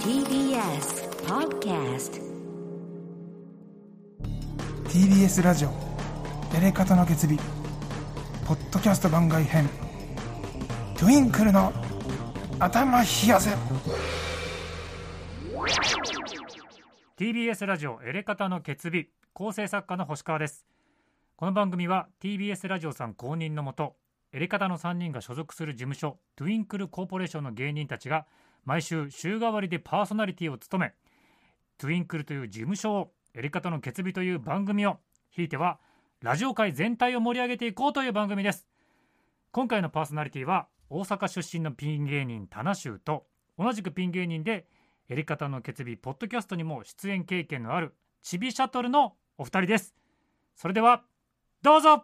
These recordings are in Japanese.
TBS Podcast TBS ラジオやり方の決日ポッドキャスト番外編トゥインクルの頭冷やせ TBS ラジオエレカタの決日構成作家の星川ですこの番組は TBS ラジオさん公認のもとエレカタの3人が所属する事務所トゥインクルコーポレーションの芸人たちが毎週週替わりでパーソナリティを務めトゥインクルという事務所をエレカタの決日という番組をひいてはラジオ界全体を盛り上げていこうという番組です今回のパーソナリティは大阪出身のピン芸人タナシュウと同じくピン芸人でやり方の決意ポッドキャストにも出演経験のあるチビシャトルのお二人ですそれではどうぞ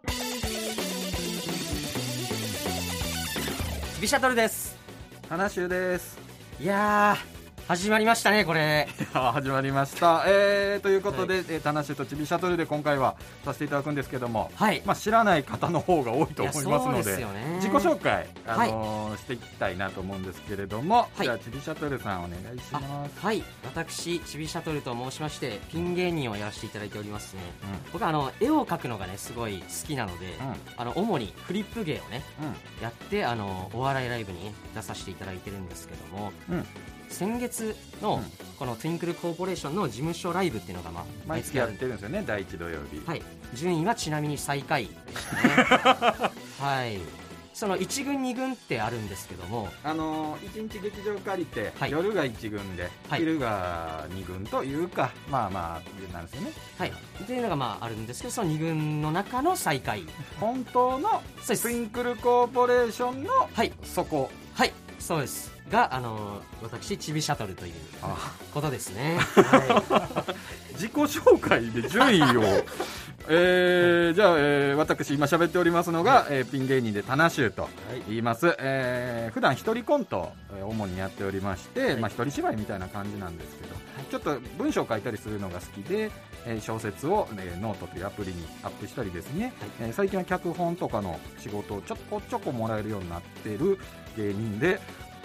チビシャトルです花集です。いやー始まりましたねこれ 始まりました。えー、ということで、えー、タナシュとチビシャトルで今回はさせていただくんですけども、はいまあ、知らない方の方が多い と思いますいやそのうでで、すよね自己紹介、あのーしていきたいなと思うんですけれども、はいじゃあチビシャトルさんお願いします。はい私チビシャトルと申しましてピン芸人をやらせていただいておりますねうん僕はあの絵を描くのがねすごい好きなので、うんあの主にフリップ芸をねうやってあのお笑いライブに出させていただいてるんですけどもんうん、先月のうんこのトゥインクルコーポレーションの事務所ライブっていうのがまあ毎月やっんでてるんですよね第一土曜日。はい、順位はちなみに最下位でしたね。 はい、その1軍、2軍ってあるんですけども、あのー、1日劇場借りて、はい夜が1軍で、はい昼が2軍というかまあまあなんですよねはい、っていうのがまああるんですけど、その2軍の中の最下位、本当のそうですスインクルコーポレーションのはい、底はい、そうです、が、あの私、チビシャトルというあことです ね。は自己紹介で順位を えー、じゃあ、えー私今喋っておりますのが、えーピン芸人でタナシューと言います、えー普段一人コントをえー主にやっておりまして、まあ、一人芝居みたいな感じなんですけど、ちょっと文章を書いたりするのが好きで、えー小説を、えーノートというアプリにアップしたりですね、えー最近は脚本とかの仕事をちょこちょこもらえるようになってる芸人で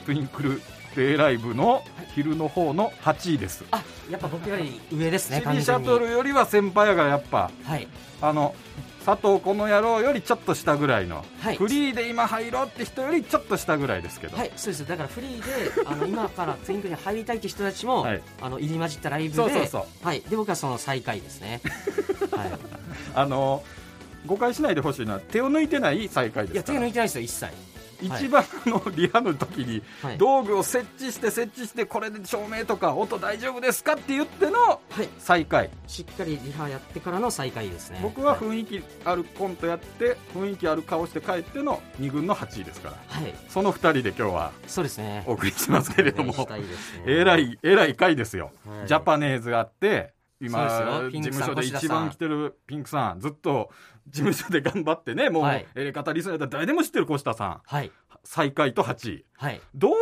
トゥインクルデイライブの昼の方の8位ですあやっぱ僕より上ですね、チビ完シ全ャにトルよりは先輩やからやっぱはい、あの佐藤この野郎よりちょっと下ぐらいの、はいフリーで今入ろうって人よりちょっと下ぐらいですけど、はい、そうですだからフリーであの今からツインクに入りたいって人たちも、はいあの入り混じったライブでそうそうそうはい、で僕はその最下位ですね、 はい、あの誤解しないでほしいのは手を抜いてない最下位いでやすか手ら抜いてないですよ一切はい一番あのリハの時にはい道具を設置して設置してこれで照明とか音大丈夫ですかって言ってのはい最下位しっかりリハやってからの最下位ですね僕ははい、雰囲気あるコントやって雰囲気ある顔して帰っての2軍の8位ですからはいその2人で今日はそうですねお送りしてますけれどもお願いしたいですねえらい、えらい回ですよ。はいジャパネーズがあって、そ今う、ですよピ事ンクさん務所で越田さん一番来てるピンクさん、ずっと事務所で頑張ってね、もう、はいえー、語りそうやったら誰でも知ってる越田さん、はい最下位と8位。はいどうい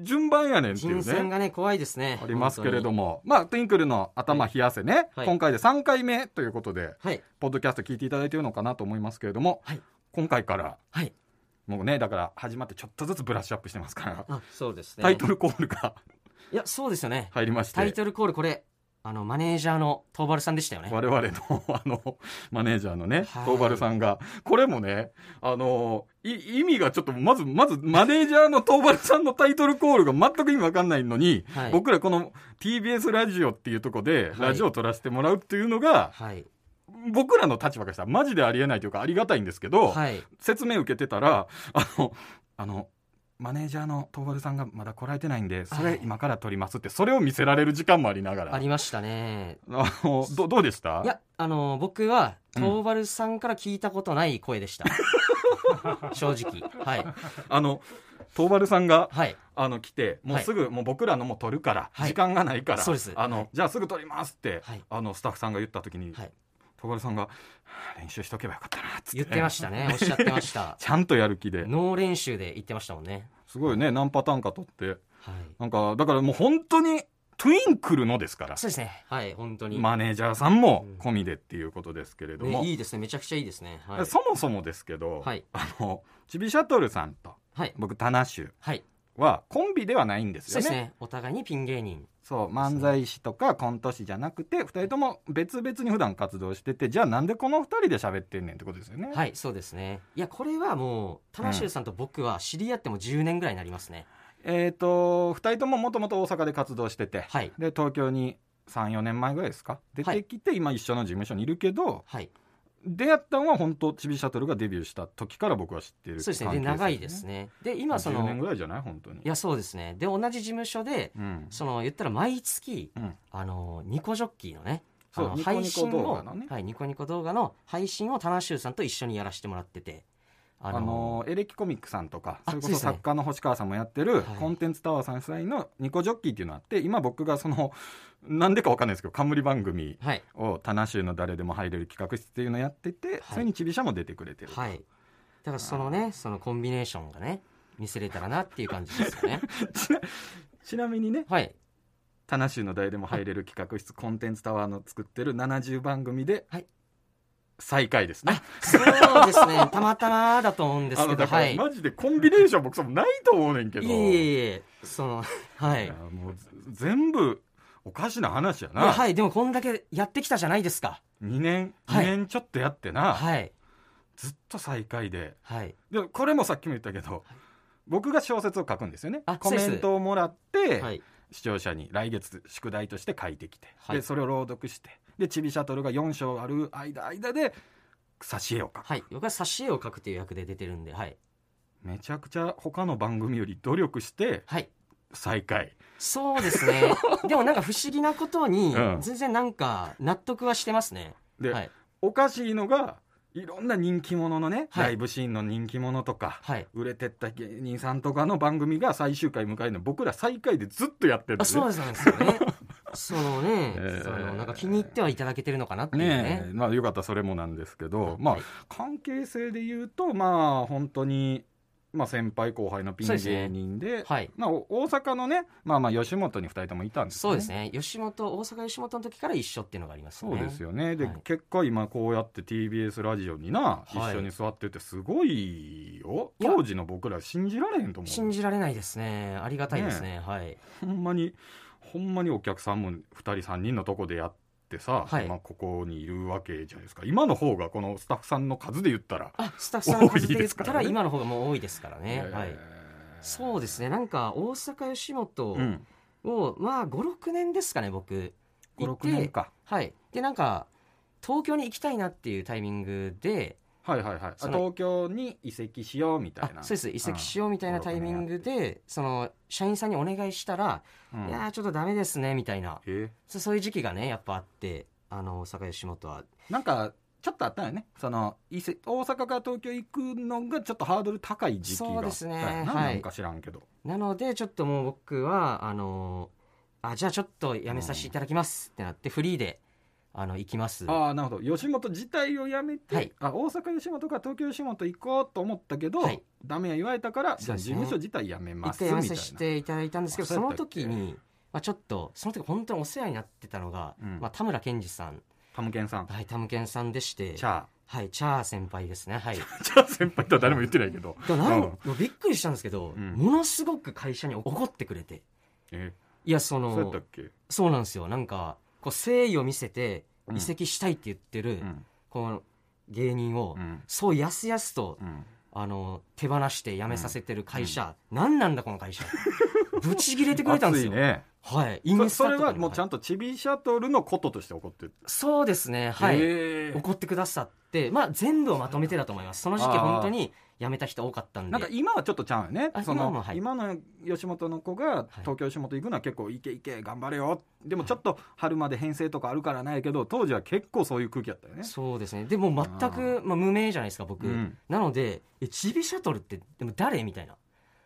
う順番やねんっていう人選ね。がね怖いですねありますけれども、まあ、トゥインクルの頭冷やせね、はい今回で3回目ということで、本当にはいポッドキャスト聞いていただいてるのかなと思いますけれども、はい今回から、はいもうね、だから始まってちょっとずつブラッシュアップしてますから、あそうですねタイトルコールがいやそうですよね入りまして。タイトルコールこれあのマネージャーの東原さんでしたよね我々のあのマネージャーのね、はい東原さんが、これもね、あのい意味がちょっと、まず、まず、マネージャーの東原さんのタイトルコールが全く意味わかんないのに、はい僕らこの TBS ラジオっていうとこで、はいラジオを撮らせてもらうっていうのが、はい僕らの立場からしたら、マジでありえないというか、ありがたいんですけど、はい説明受けてたら、あの、あの、マネージャーの東原さんがまだ来られてないんで、そはれい今から撮りますって、それを見せられる時間もありながら。ありましたねあのどどうでしたいやあの僕は東原さんから聞いたことない声で した、正直はいあの、東原さんが、はいあの、来て、もうすぐ、もう僕らのも撮るから、はい時間がないから、そうですあの、じゃあすぐ撮りますって、はいあの、スタッフさんが言った時に、はい東原さんが、はあ練習しとけばよかったな、つって。言ってましたねおっしゃ ってましたちゃんとやる気で。脳練習で言ってましたもんねすごいね、何パターンか撮って。はいなんか、だからもう本当に、トゥインクルのですから。そうですねはい本当に、マネージャーさんも込みでっていうことですけれども、ねいいですねめちゃくちゃいいですねはいそもそもですけど、はいあの、チビシャトルさんと、はい僕、タナシュ、はいはコンビではないんですそうよですね。ねお互いにピン芸人そう漫才師とかコント師じゃなくて2人とも別々に普段活動しててじゃあなんでこの2人で喋ってんねんってことですよね。はいそうですねいやこれはもう田中さんと僕は知り合っても10年ぐらいになりますね、えっ、と2人とももともと大阪で活動してて、はいで東京に34年前ぐらいですか出てきて、今一緒の事務所にいるけどはい出会ったのは本当ちびシャトルがデビューした時から僕は知ってるそうですねで長いですねで今今そそのの10年ぐらいじゃない本当いにやそうですねで同じ事務所でうんその言ったら毎月、うんあのニコジョッキーのねあそうのニコニコ動画のねはい、ニコニコ動画の配信を田中さんと一緒にやらせてもらっててああのエレキコミックさんとかあそれそこうでそすね作家の星川さんもやってるはいコンテンツタワーさん主催のニコジョッキーっていうのあって今僕がその なんでかわかんないですけど冠番組はいを「タナシューの誰でも入れる企画室」っていうのやってて、それにちびしゃも出てくれてる、はいだからそのねそのコンビネーションがね見せれたらなっていう感じですよ ね ちなみにねはい「タナシューの誰でも入れる企画室」コンテンツタワーの作ってる70番組ではい最下位ですね、そうですねたまたまだと思うんですあけのどだかはらいマジでコンビネーション僕そもないと思うねんけどいえいえいえそ のはいいやもう全部おかしな話やいやな、はいでもこんだけやってきたじゃないですか2年は2い年ちょっとやってな、はいずっと最下位ではいでこれもさっきも言ったけど、僕が小説を書くんですよねあコメントをもらって、はい視聴者に来月宿題として書いてきて、はいでそれを朗読してでちびシャトルが4章ある間間で挿絵を書く、はい僕は挿絵を描くという役で出てるんではいめちゃくちゃ他の番組より努力してはい最下位そうですねでもなんか不思議なことにうん全然なんか納得はしてますね、で、はいおかしいのがいろんな人気者のね、はいライブシーンの人気者とか、はい売れてった芸人さんとかの番組が最終回迎えるの僕ら最下位でずっとやってるあんですそうなんですよ ねそのね、えーそのなんか気に入ってはいただけてるのかなっていうねねえまあよかったらそれもなんですけど、まあはい関係性で言うとまあ本当にまあ先輩後輩のピンそうですね芸人ではいまあお大阪のねまあまあ吉本に2人ともいたんですそうですね吉本大阪吉本の時から一緒っていうのがありますねそうですよねで、はい結果今こうやって TBS ラジオにな、はい一緒に座っててすごいよいや当時の僕ら信じられへんと思う信じられないですねありがたいですねはいほんまにほんまにお客さんも2人3人のとこでやってさ、はいまあ、ここにいるわけじゃないですか今の方がこのスタッフさんの数で言ったら、あスタッフさんの数で言った多いですかららね今の方がもう多いですからねえーはい、そうですねなんか大阪吉本うん、を、まあ56年ですかね僕56いて年かはい、でなんか東京に行きたいなっていうタイミングではいはいはいあその東京に移籍しようみたあいなそうです移籍しようみたいなタイミングでその社員さんにお願いしたら「うんいやーちょっとダメですね」みたいなえそそういう時期がねやっぱあってあの大阪吉本はーなんかちょっとあったよねその移籍大阪から東京行くのがちょっとハードル高い時期がそうですねあったよなはいなんか知らんけど、なのでちょっともう僕はあのあじゃあちょっとやめさせていただきますってなってフリーであの行きますああなるほど吉本自体をやめて、はいあ大阪吉本か東京吉本行こうと思ったけど、はいダメや言われたから、じそゃうあで事すね務所自体やめま一す回みやめたいなさせていただいたんですけどあそそうやっのたっけ時に、まあ、ちょっとその時本当にお世話になってたのが、うんまあ、田村健二さんタムケンさんはい、タムケンさんでして。チャーはい、チャー先輩ですね。 はい。チャー先輩とは誰も言ってない けどでもなんうんもうびっくりしたんですけど、うんものすごく会社に怒ってくれて。えいや、そそうやっのた、っけ、そうなんですよ。なんか、こう、誠意を見せてうん移籍したいって言ってる、うんこの芸人を、うんそうやすやすと、うんあの、手放して辞めさせてる会社、何なんだこの会 社。ぶち切れてくれたんですよ。熱いねはい。イそンスそタれとかはにもうちゃんとチビシャトルのこととして起こってるそうですね。はい。へー怒ってくださって、まあ、全部をまとめてだと思いますその時期あー本当に辞めた人多かったんでなんか今はちょっとちゃうよねあそ今はものうはい今の吉本の子が東京吉本行くのは結構いけいけ頑張れよでもちょっと春まで編成とかあるからないけど当時は結構そういう空気だったよねそうですねでもう全くまあ、無名じゃないですか僕、うんなのでえチビシャトルってでも誰みたいな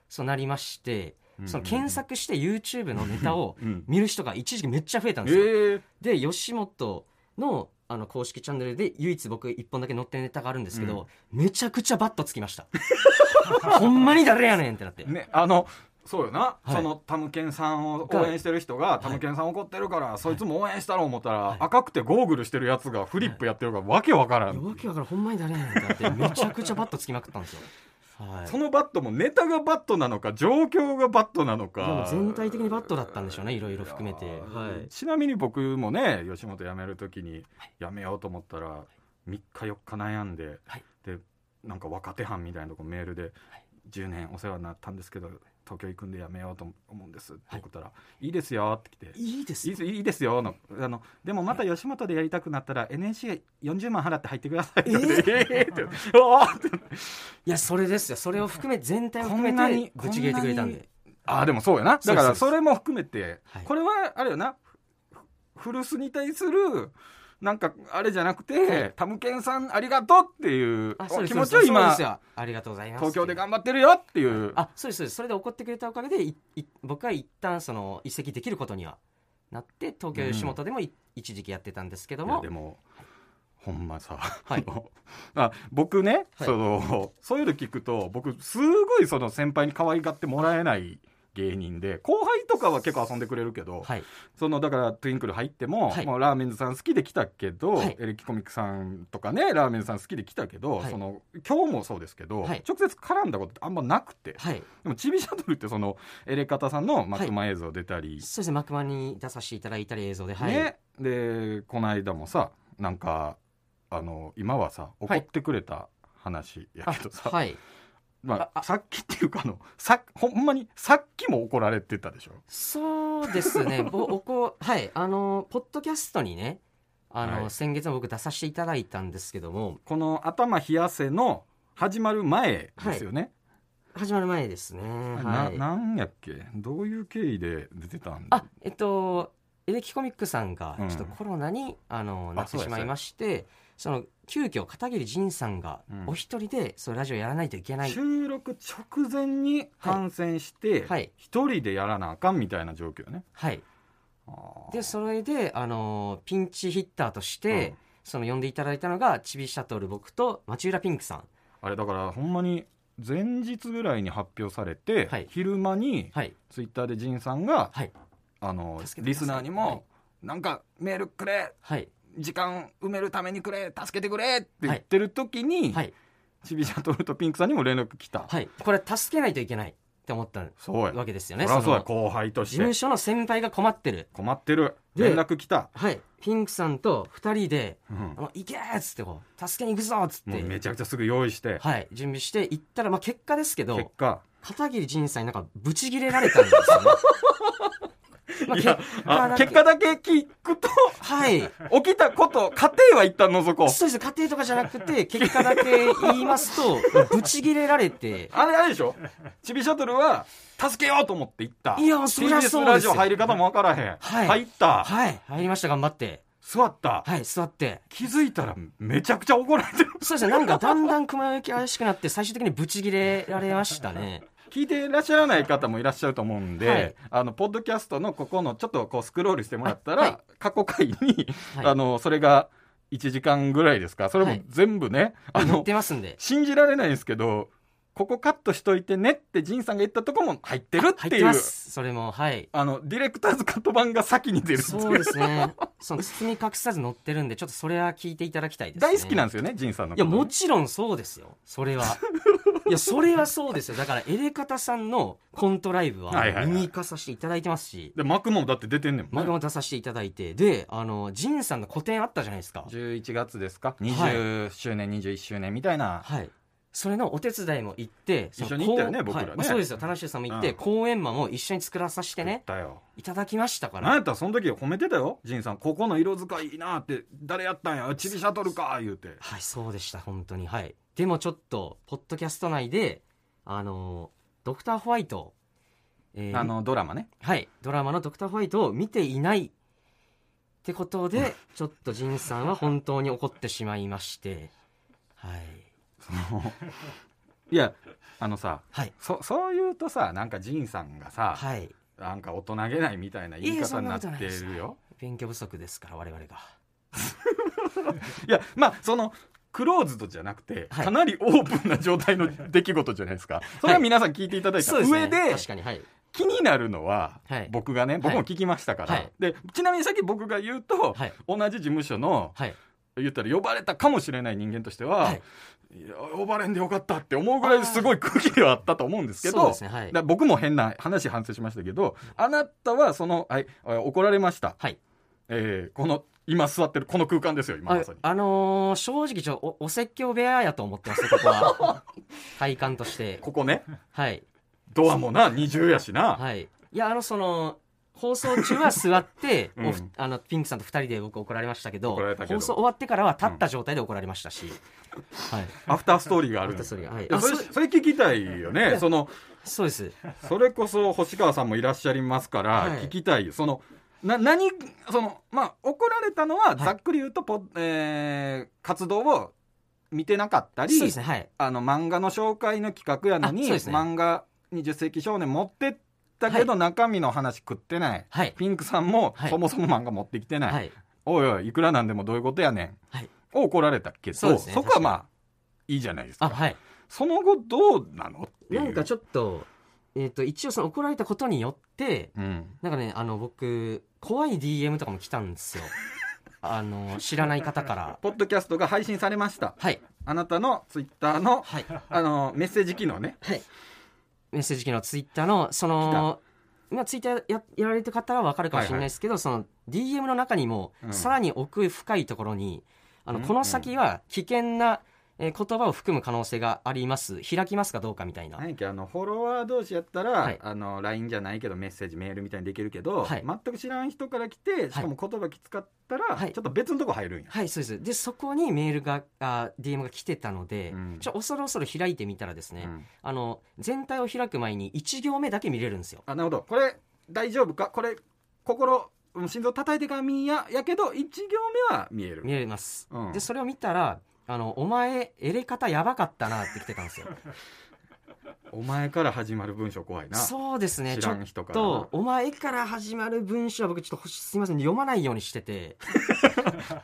そうなりましてうんその検索して YouTube のネタをうん見る人が一時期めっちゃ増えたんでえすよ、ーで吉本のあの公式チャンネルで唯一僕一本だけ載ってるネタがあるんですけど、めちゃくちゃバットつきました ほんまに誰やねんってなってねあのそうよな、はいそのタムケンさんをが応援してる人が、タムケンさん怒ってるから、そいつも応援したろう思ったら、赤くてゴーグルしてるやつがフリップやってるから、わけわからん、い やわけわからんほんまに誰やねんってなってめちゃくちゃバットつきまくったんですよはいそのバットもネタがバットなのか状況がバットなのいやもかう全体的にバットだったんでしょうねいろいろ含めてはいちなみに僕もね吉本辞める時に辞めようと思ったら3日4日悩んで、はいでなんか若手班みたいなとこメールでい「10年お世話になったんですけど東京行くんで辞めようと思うんです」って言ったら「いいですよ」って来ていいで「いいですいいですよの」あの「でもまた吉本でやりたくなったら NSC40 万払って入ってください」って言われて えーって「おーっていやそれですよそれを含め全体を含こんなめにてぶち切れてくれたんでああでもそうやなだからそれも含めてはいこれはあれよなふ古巣に対するなんかあれじゃなくて、タムケンさんありがとうっていうあそうです気持ちそうをですそう今ですよありがとうございます東京で頑張ってるよっていうあそうですそうですそれで怒ってくれたおかげでいい僕は一旦その移籍できることにはなって東京吉本でもい、一時期やってたんですけどいやもでもほんまさ、はいあの あ僕ね、はいそのそういうの聞くと僕すごいその先輩に可愛がってもらえない芸人で後輩とかは結構遊んでくれるけど、はいそのだからトゥインクル入っても,、はいもうラーメンズさん好きで来たけど、はいエレキコミックさんとかねラーメンズさん好きで来たけど、はいその今日もそうですけど、はい直接絡んだことってあんまなくて、はいでもチビシャトルってそのエレカタさんのマクマ映像出たり、そうですね幕間に出させていただいたり映像ではい、ねでこの間もさなんかあの今はさ怒ってくれた話やあけどさ、はいまああ、あさっきっていうかあのさほんまにさっきも怒られてたでしょそうですね ぼおこはいあのポッドキャストにねあの、はい先月も僕出させていただいたんですけどもこの頭冷やせの始まる前ですよね、始まる前ですねはないなんやっけどういう経緯で出てたんあえっとエレキコミックさんがうんちょっとコロナに、あのなってそうやしまいましてその急遽片桐仁さんがうんお一人で、そうラジオやらないといけない収録直前に感染してはい一人でやらなあかんみたいな状況ね、はいあーでそれであのピンチヒッターとして、その呼んでいただいたのがチビシャトル僕と町浦ピンクさんあれだからほんまに前日ぐらいに発表されて、はい昼間にはいツイッターでジンさんが、はいあの助けてリスナーにも、はいなんかメールくれはい時間埋めるためにくれ助けてくれって言ってる時に、はいちびちゃんとるとピンクさんにも連絡来た、はいこれ助けないといけないって思ったそうやわけですよねそりゃそうやの後輩と事し務て所の先輩が困ってる困ってるで連絡来た、はいピンクさんと二人でうんあの行けーっつってこう助けに行くぞーっつっもうてめちゃくちゃすぐ用意して、はい、準備して行ったら、まあ、結果ですけ結ど果片桐仁さんになんかブチギレられたんです よね。まあいやあけ結果だけ聞く とはい、起きたこと家庭は一旦除こ うそうです家庭とかじゃなくて結果だけ言いますとブチギレられてあれあれでしょチビシャトルは助けようと思って行ったいやそりゃそう TBS でラすジよオ入り方もわからへん、はい入った、はい入りました頑張って座った、はい座って気づいたらめちゃくちゃ怒られてるそうですねなんかだんだん熊行き怪しくなって最終的にブチギレられましたね 聞いていらっしゃらない方もいらっしゃると思うんで、はいあのポッドキャストのここのちょっとこうスクロールしてもらったら、はい過去回に、はいあのそれが1時間ぐらいですかそれはもい全部ね、あ乗のってますんで信じられないんですけどここカットしといてねってジンさんが言ったとこも入ってるっ入てっていうますそれもはいあのディレクターズカット版が先に出るっていうそうですねその包み隠さず乗ってるんでちょっとそれは聞いていただきたいです、ね、大好きなんですよねジンさんのいや、もちろんそうですよ。そ れは。いや、それはそうですよ。だから、エレカタさんのコントライブははいはいはい見に行かさせていただいてますし、で幕もだって出てんねんも漫ん画ねも出させていただいて、で、あの、ジンさんの個展あったじゃないですか。 11月ですか20周年、21周年みたいなはい。それのお手伝いも行って、その一緒に行ったよねこう僕らねはいまあそうですよ。田中さんも行って、うん公演マンも一緒に作らさせて言っね、たよいただきましたかなんら。やったらその時褒めてたよジンさんここの色使いいいなって誰やったんやチビシャトルか言うてはい、そうでした、本当に。はい。でもちょっと、ポッドキャスト内で、あの、ドクターホワイト、えーあのドラマねはい、ドラマの「ドクターホワイト」を見ていないってことでちょっと仁さんは本当に怒ってしまいましてはいいやあのさはいそそう言うとさなんかジンさんがさ、はいなんか大人げないみたいな言いえ方そんにこなってとないでするよ勉強不足ですから我々がいやまあそのクローズドじゃなくて、はいかなりオープンな状態の出来事じゃないですかそれは皆さん聞いていただいたそうですね上で、確かにはい気になるのは、はい僕がね僕も聞きましたから、はいでちなみにさっき僕が言うと、はい同じ事務所のはい言ったら呼ばれたかもしれない人間としては、はいいや呼ばれんでよかったって思うぐらいすごい空気があったと思うんですけどそうですねはいだから僕も変な話反省しましたけどあなたはその、はい、あ怒られました、はいえーこの今座ってるこの空間ですよ今あまさに。あのー正直ちょおお説教部屋やと思ってますここ は体感としてここねはいドアもな二重やしな、はいいやあのその放送中は座って、 うんおふあのピンクさんと二人で僕怒られましたけど怒られたけど放送終わってからは立った状態で怒られましたし、はいアフターストーリーがあるんアでフターストすーリーがはいいやそれあそうそれ聞きたいよねそのそうですそれこそ星川さんもいらっしゃいますから、はい聞きたいよそのな何そのまあ怒られたのは、ざっくり言うとポ、えー活動を見てなかったりそうですねはいあの漫画の紹介の企画やのあに、そうですね漫画20世紀少年持ってったけど、中身の話食ってない、はいピンクさんも、はいそもそも漫画持ってきてない、はいおいおいいくらなんでもどういうことやねん、はいを怒られたけどそうそ,、ですねこはまあいいじゃないですかあはいその後どうなのっていうなんかちょっと,、えー、と一応その怒られたことによってうん、なんかねあの僕怖い DM とかも来たんですよあの知らない方からポッドキャストが配信されましたはいあなたのツイッターのはいあのメッセージ機能ねはい、メッセージ機能ツイッターのそのまあ、ツイッターややられてる方は分かるかもしれないですけど、その DM の中にも、うんさらに奥深いところにあの、うんこの先は危険な、えー言葉を含む可能性があります開きますかどうかみたいな、何やっけあのフォロワー同士やったら、はいあの LINE じゃないけどメッセージメールみたいにできるけど、はい全く知らん人から来てしかも言葉きつかったら、はいちょっと別のとこ入るんや、はいそうですでそこにメールがあ DM が来てたので、うんちょ恐る恐る開いてみたらですね、うんあの全体を開く前に1行目だけ見れるんですよあなるほどこれ大丈夫かこれ心うん心臓叩いてから見んややけど1行目は見える見れます、うんでそれを見たらあの「お前エレ方やばかったな」って来てたんですよお前から始まる文章怖いなそうですね知ちょらっん人からなと「お前」から始まる文章は僕ちょっとほしすみません読まないようにして て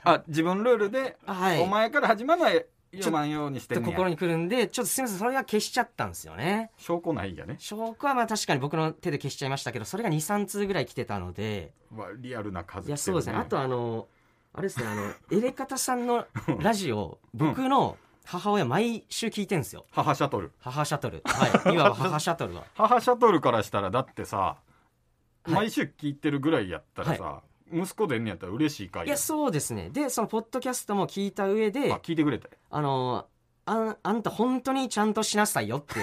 あ自分ルールで、はいお前から始まらない読まんようにしてちょっんとねや心にくるんでちょっとすみませんそれは消しちゃったんですよね証拠ないんやね証拠はまあ確かに僕の手で消しちゃいましたけどそれが23通ぐらい来てたのでわリアルな数いやそうですねあとはあのあれですねあのエレカタさんのラジオ僕の母親毎週聞いてるんですよ母シャトル母シャトルはいいわば母シャ トルは母シャトルからしたらだってさ、い毎週聞いてるぐらいやったらさ、息子でんねやったら嬉しいかいやそうですねでそのポッドキャストも聞いた上であ聞いてくれたあの、あん、あんた本当にちゃんとしなさいよって、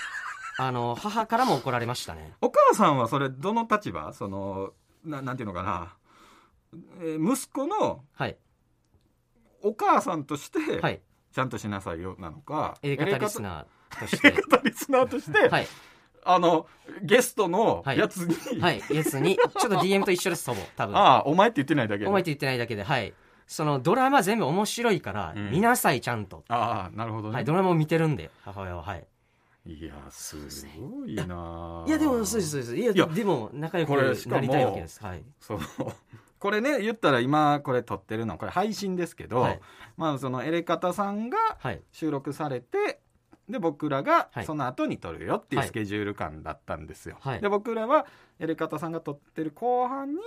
あの、母からも怒られましたね。お母さんはそれどの立場そのななんていうのかな、えー息子のはい。お母さんとして、はい。ちゃんとしなさいよなのか映画リスーナーとして。エレカタリスナーとして、 はい。あのゲストのやつに、はい。イエスに、ちょっと DM と一緒です、祖母。多分。ああお前って言ってないだけお前って言ってないだけで、はい。その、ドラマ全部面白いから、うん見なさい、ちゃんと。ああなるほどね、はい。ドラマを見てるんで、母親は。はい。い、やすごいないや、でも、そうです、そうです。いや、いやでも、仲良くこれしかもなりたいわけです。はい。そう これね言ったら今これ撮ってるのこれ配信ですけど、はいまあそのエレカタさんがはい。収録されてで僕らがはいその後に撮るよっていうはいスケジュール感だったんですよ、はいで僕らはエレカタさんが撮ってる後半に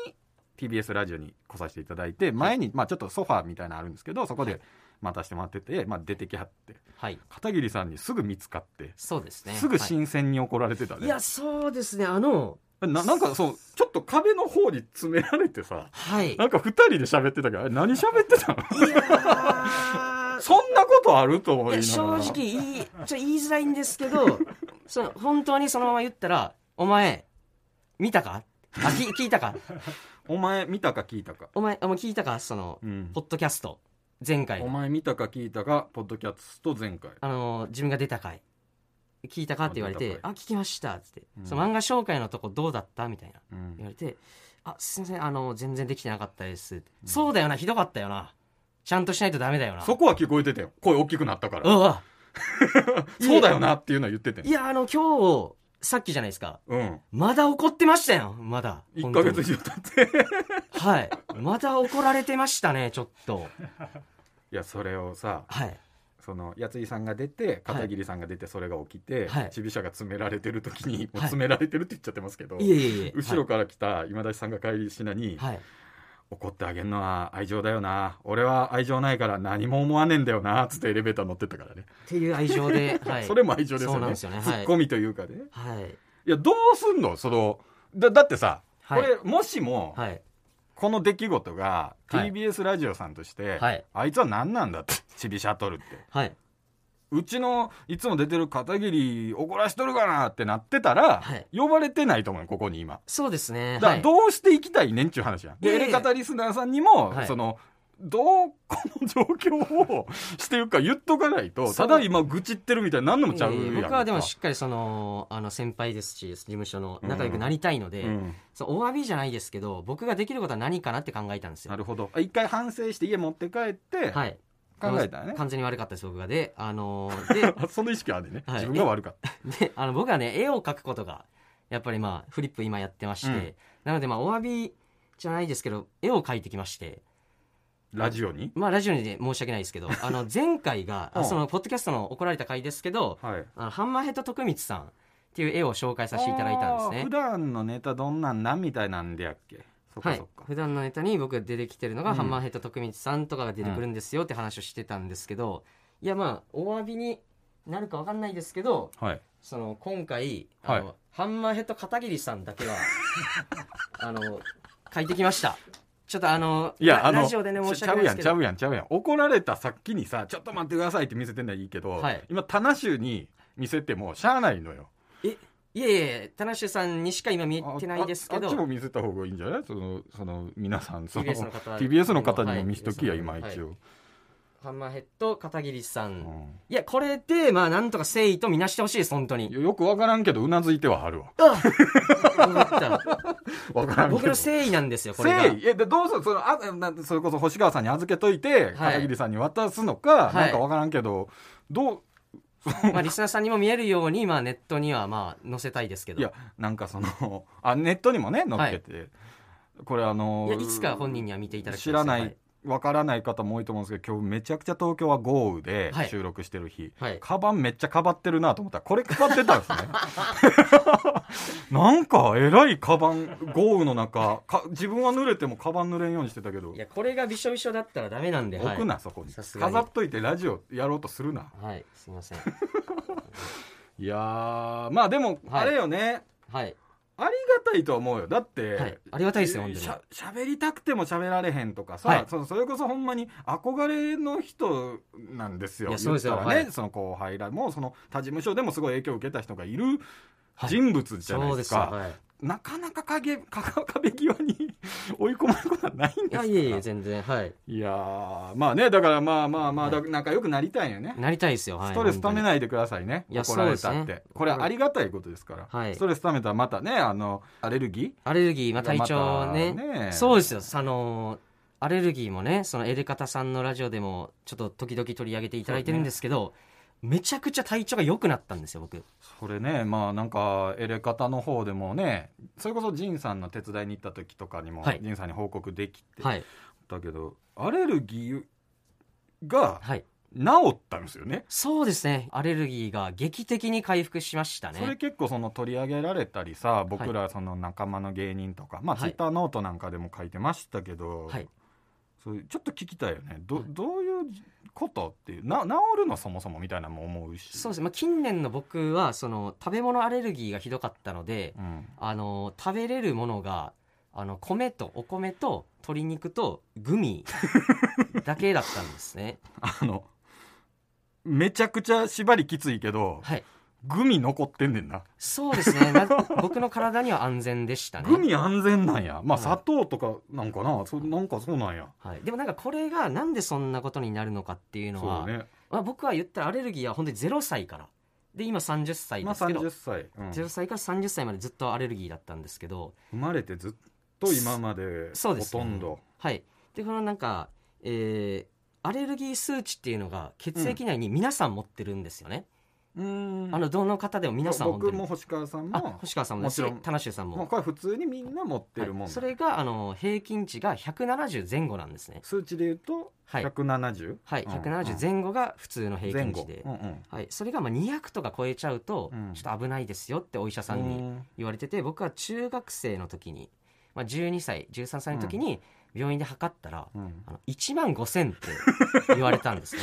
TBS ラジオに来させていただいて前に、まあ、ちょっとソファーみたいなのあるんですけどそこで待たせてもらってて、まあ、出てきはってはい。片桐さんにすぐ見つかってそうですね。すはぐ新鮮に怒られてたい、いね、や、そうですね。あの、ななんかそうちょっと壁の方に詰められてさはい。なんか二人で喋ってたけど、あれ何喋ってたのいやーそんなことあると思いやいなが正ら。直言い ちょ言いづらいんですけどその本当にそのまま言ったら「お前見たかあき聞いたかお前見たか聞いたか。お前あもう聞いたかその、うんポッドキャスト前回おの、前見たか聞いたか、ポッドキャスト前回。あのー自分が出た回聞いたか?」って言われあ出て「たあ回聞きました」っつって、うんその漫画紹介のとこどうだった?」みたいなうん言われて「あすいませんあのー全然できてなかったです」そうだよなひどかったよなちゃんとしないとダメだよな」そこは聞こえてたよ。声大きくなったかうら。わそうだよなっていうのは言ってていやあの今日さっきじゃないですかうん。まだ怒ってましたよまだ1ヶ月以上経って。 はい。また怒られてましたね、ちょっと。いや、それをさ、はい。その、やついさんが出て、片桐さんが出て、それが起きてはい、ちびしゃが詰められてる時に、もうはい詰められてるって言っちゃってますけど、いえいえいえ。後ろから来た今田さんが帰りしなに、はい。はい。怒ってあげるのは愛情だよな俺は愛情ないから何も思わねえんだよなつってエレベーター乗ってったからね、ていう愛情 で、はい、それも愛情ですよそねうなんですよねツはいッコミというかねはいいやどうすんのそのだだってさ、はいこれもしも、はいこの出来事がはい TBS ラジオさんとして、はいあいつは何なんだってチビシャトルってはい、うちのいつも出てる片桐怒らしとるかなってなってたら、はい呼ばれてないと思うよここに今そうですねだかはらいどうしていきたいねんっちゅう話やいん、でやエいやいレやカタリスナーさんにも、はいそのどうこの状況をしていくか言っとかないとそたうだ今愚痴ってるみたいになんのもちゃうやんえか、ー僕はでもしっかりそのあの先輩ですし事務所の仲良くなりたいので、うんそうお詫びじゃないですけど僕ができることは何かなって考えたんですなよ。るほど一回反省して家持って帰って、はい、考えたらね完全に悪かったです僕がで,、あの ーその意識はあるね、はい自分が悪かったでであの僕はね絵を描くことがやっぱりまあフリップ今やってまして、うんなのでまあお詫びじゃないですけど絵を描いてきましてラジオに、まあラジオにで申し訳ないです けどあの前回が、あうんそのポッドキャストの怒られた回ですけどはいあのハンマーヘッド徳光さんっていう絵を紹介させていただいたんですあーね普。段のネタどんなんなんみたいなんでやっけそはっかいそっ、か、普段のネタに僕が出てきてるのが、うんハンマーヘッド徳光さんとかが出てくるんですよって話をしてたんですけど、いやまあお詫びになるかわかんないですけどはいその今回はあいの、ハンマーヘッド片桐さんだけ はあの書いてきましたちょっとあのいやラあのラジオでね申しちゃ訳ないうでやすんけちゃどうやんちゃうやん怒られたさっきにさちょっと待ってくださいって見せてんのはいいけど、はい今タナシュに見せてもしゃあないのよいやいやいや田中さんにしか今見えあてないですけああどっちも見せた方がいいんじゃないそのその皆さん そ TBS の方 TBS の方にはもい見せときや、はい今一応、ハンマーヘッド片桐さん、うんいやこれでまあなんとか誠意とみなしてほしいです本当によよくわからんけどうなずいては あるわ思 ったわからんけど僕の誠意なんですよこれが誠意えでどうするそのあなそれこそ星川さんに預けといて、片桐さんに渡すのか、いなんかわからんけどどうまあリスナーさんにも見えるようにまあネットにはまあ載せたいですけどいやなんかその あネットにもね載っけて、これあのいやいつか本人には見ていただきた知らなはいいわからない方も多いと思うんですけど今日めちゃくちゃ東京は豪雨ではい収録してる日、はいカバンめっちゃかばってるなと思ったらこれかばってたんですね なんかえらいカバン豪雨の中か自分は濡れてもカバン濡れんようにしてたけどいやこれがびしょびしょだったらダメなんで置くな、はそこにさすがに、飾っといてラジオやろうとするないはい、すいま せんいやーまあでもはいあれよね、はい、ありがたいとは思うよだって、はい、ありがたいですよ本当にしゃ喋りたくても喋られへんとかさ、はいそのそれこそほんまに憧れの人なんですよいやそうですよ言ったらね、はいその後輩らもその他事務所でもすごい影響を受けた人がいるはい人物じゃなそいうでですすか、よはいなかなか影 かか壁際に追い込まれることはないんいですやかいやいや全然はいいやーまあねだからまあまあまあ、だは仲良くなりたいよね、なりたいですよはいストレスためいないでくださいねいや怒られたそっうて、ですねこれはありがたいことですから、はいストレスためたらまたねあのアレルギーアレルギー、まあ、体調ねまたねそうですよあのアレルギーもねそのエレカタさんのラジオでもちょっと時々取り上げていただいてるんですけどめちゃくちゃ体調が良くなったんですよ僕それねまあなんかエレ方の方でもねそれこそ仁さんの手伝いに行った時とかにも仁、はいさんに報告できてはいたけど、アレルギーがはい治ったんですよね。そうですねアレルギーが劇的に回復しましたねそれ結構その取り上げられたりさ僕らその仲間の芸人とか、まあツはイいッターノートなんかでも書いてましたけど、はいそういうちょっと聞きたいよねど,、はいどういうことっていうな治るのそもそもみたいなのも思うしそうですね、まあ、近年の僕はその食べ物アレルギーがひどかったのでうん、あの食べれるものがあの米とお米と鶏肉とグミだけだったんです ねあのめちゃくちゃ縛りきついけど、はいグミ残ってんねんなそうですねな僕の体には安全でしたねグミ安全なんやまあはい砂糖とかなんかな、そなんかそうなんやはい、でもなんかこれがなんでそんなことになるのかっていうのそは、うねまあ、僕は言ったらアレルギーは本当に0歳からで今30歳でまあすけど、 30歳、うん0歳から30歳までずっとアレルギーだったんですけど、生まれてずっと今までそうほですねとんど、はい、でこのなんか、えーアレルギー数値っていうのが血液内に皆さん持ってるんですよね、うんあのどの方でも皆さん持って僕るも星川さんあも星川さんもですもしちろん田中さんも、もうこれ普通にみんな持ってるもん、はいそれがあの平均値が170前後なんですね数値で言うとはい、 170、はい、うん170前後が普通の平前均後値で、うんうんはい、それがまあ200とか超えちゃうとうんちょっと危ないですよってお医者さんに言われてて僕は中学生の時にまあ、12歳13歳の時に病院で測ったら、うんあの1万5000って言われたんです ね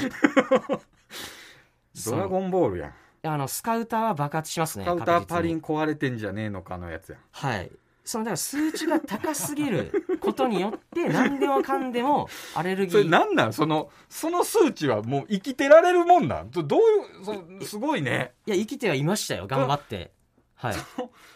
ドラゴンボールやん。そのあのスカウターは爆発しますねカウターパ確実にリン壊れてんじゃねえのかのやつやん。はいそのだから数値が高すぎることによって何でもかんでもアレルギそれーなんなんその、その数値はもう生きてられるもんなんどどういう、そのすごいね。いや生きてはいましたよ頑張ってはい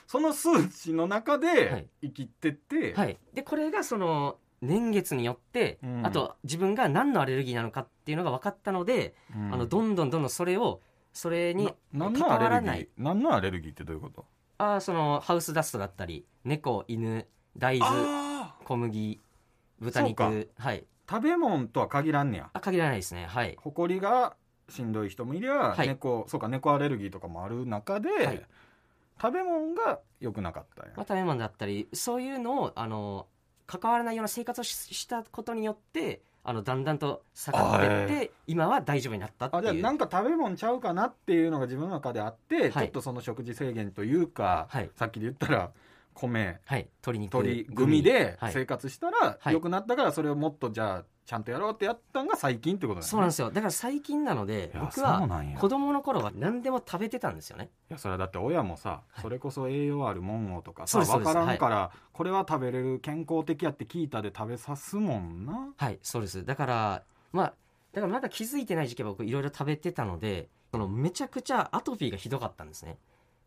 その数値の中はでい生きてて、はい、でこれがその年月によって、うんあと自分が何のアレルギーなのかっていうのが分かったので、うんあのどんどんどんどんそれをそれにな関何のわアレらルギなーい何のアレルギーってどういうことあーそのハウスダストだったり猫犬大豆あ小麦豚そう肉はいー食べ物とは限らんねやあ限らないですねはいほこりがしんどい人もいりゃ、はい猫そうか猫アレルギーとかもある中で、はい食べ物が良くなかったんやまあ、食べ物だったりそういうのをあの関わらないような生活をししたことによってあのだんだんと下がっていっあて今は大丈夫になったってあじゃあいうなんか食べ物ちゃうかなっていうのが自分の中であって、いちょっとその食事制限というか、はいさっきで言ったら米はい、鶏肉鶏グミではい生活したらはい良くなったからそれをもっとじゃあちゃんとやろうってやったんが最近ってことだよねそうなんですよだから最近なのでいや僕そうはなんや子供の頃は何でも食べてたんですよねいやそれはだって親もさ、はいそれこそ栄養あるもんをとかさそうですそう分ですからんから、これは食べれる健康的やって聞いたで食べさすもんなはいそうですだからまあだからまだ気づいてない時期は僕いろいろ食べてたのでそのめちゃくちゃアトピーがひどかったんですね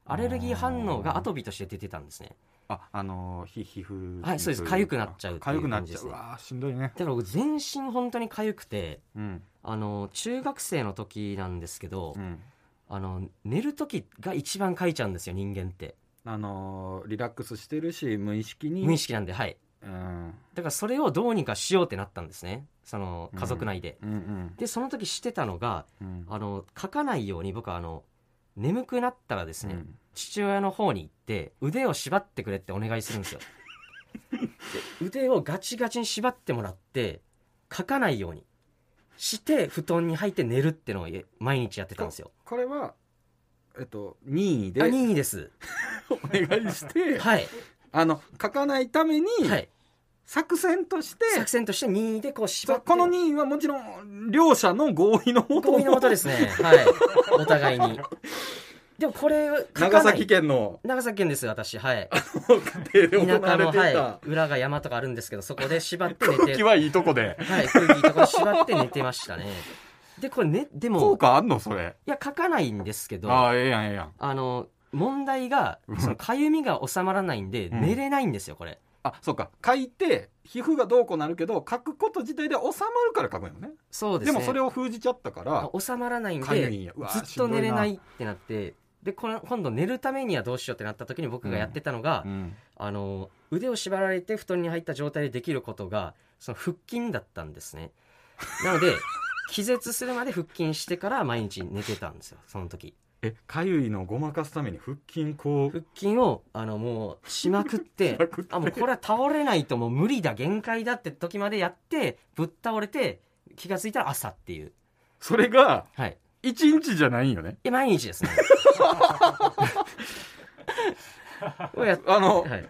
アレルギー反応がアトピーとして出てたんですねああのー、ひ皮膚はいそうです痒くなっちゃうっていう痒くな感っちゃうじですねうわーしんどいねだから僕全身本当に痒くてうんあの中学生の時なんですけど、うんあの寝る時が一番かいちゃうんですよ人間ってあのーリラックスしてるし無意識に無意識なんではいうんだからそれをどうにかしようってなったんですねその家族内で、うんうんでその時してたのがうんあの書かないように僕はあの眠くなったらですね、うん父親の方に行って腕を縛ってくれってお願いするん ですよで腕をガチガチに縛ってもらって書かないようにして布団に入って寝るってのをえ毎日やってたんですよこれはえっと任意であお任意です願いして、はいあの書かないためにはい作戦として、作戦として任意でこう縛そっうてこの任意はもちろん両者の合意のもと合意のもとですねはいお互い にでもこれ書かない長崎県の長崎県です私はい家田庭で行わ舎れの、ていはたい、裏が山とかあるんですけどそこで縛って寝空 気てはいいとこではい空気とか縛って寝てましたねでこれねで効も果あんのそれいや書かないんですけどあああええやんええやんの問題がそのかゆみが収まらないんでうん寝れないんですよこれあそうか書いて皮膚がどうこうなるけど書くこと自体で収まるから書くんよねそうでですねもそれを封じちゃったから収まらないんかゆいんでやうわずっと寝れないってなってでこの今度寝るためにはどうしようってなった時に僕がやってたのが、うんあの腕を縛られて布団に入った状態でできることがその腹筋だったんですねな ので気絶するまで腹筋してから毎日寝てたんですよその時えかゆいのをごまかすために腹筋こう腹筋をあのもうしまくっしてまくってあもうこれは倒れないともう無理だ限界だって時までやってぶっ倒れて気がついたら朝っていうそれがはい一日じゃないんよねえ毎日 ですね をやっあの、はい、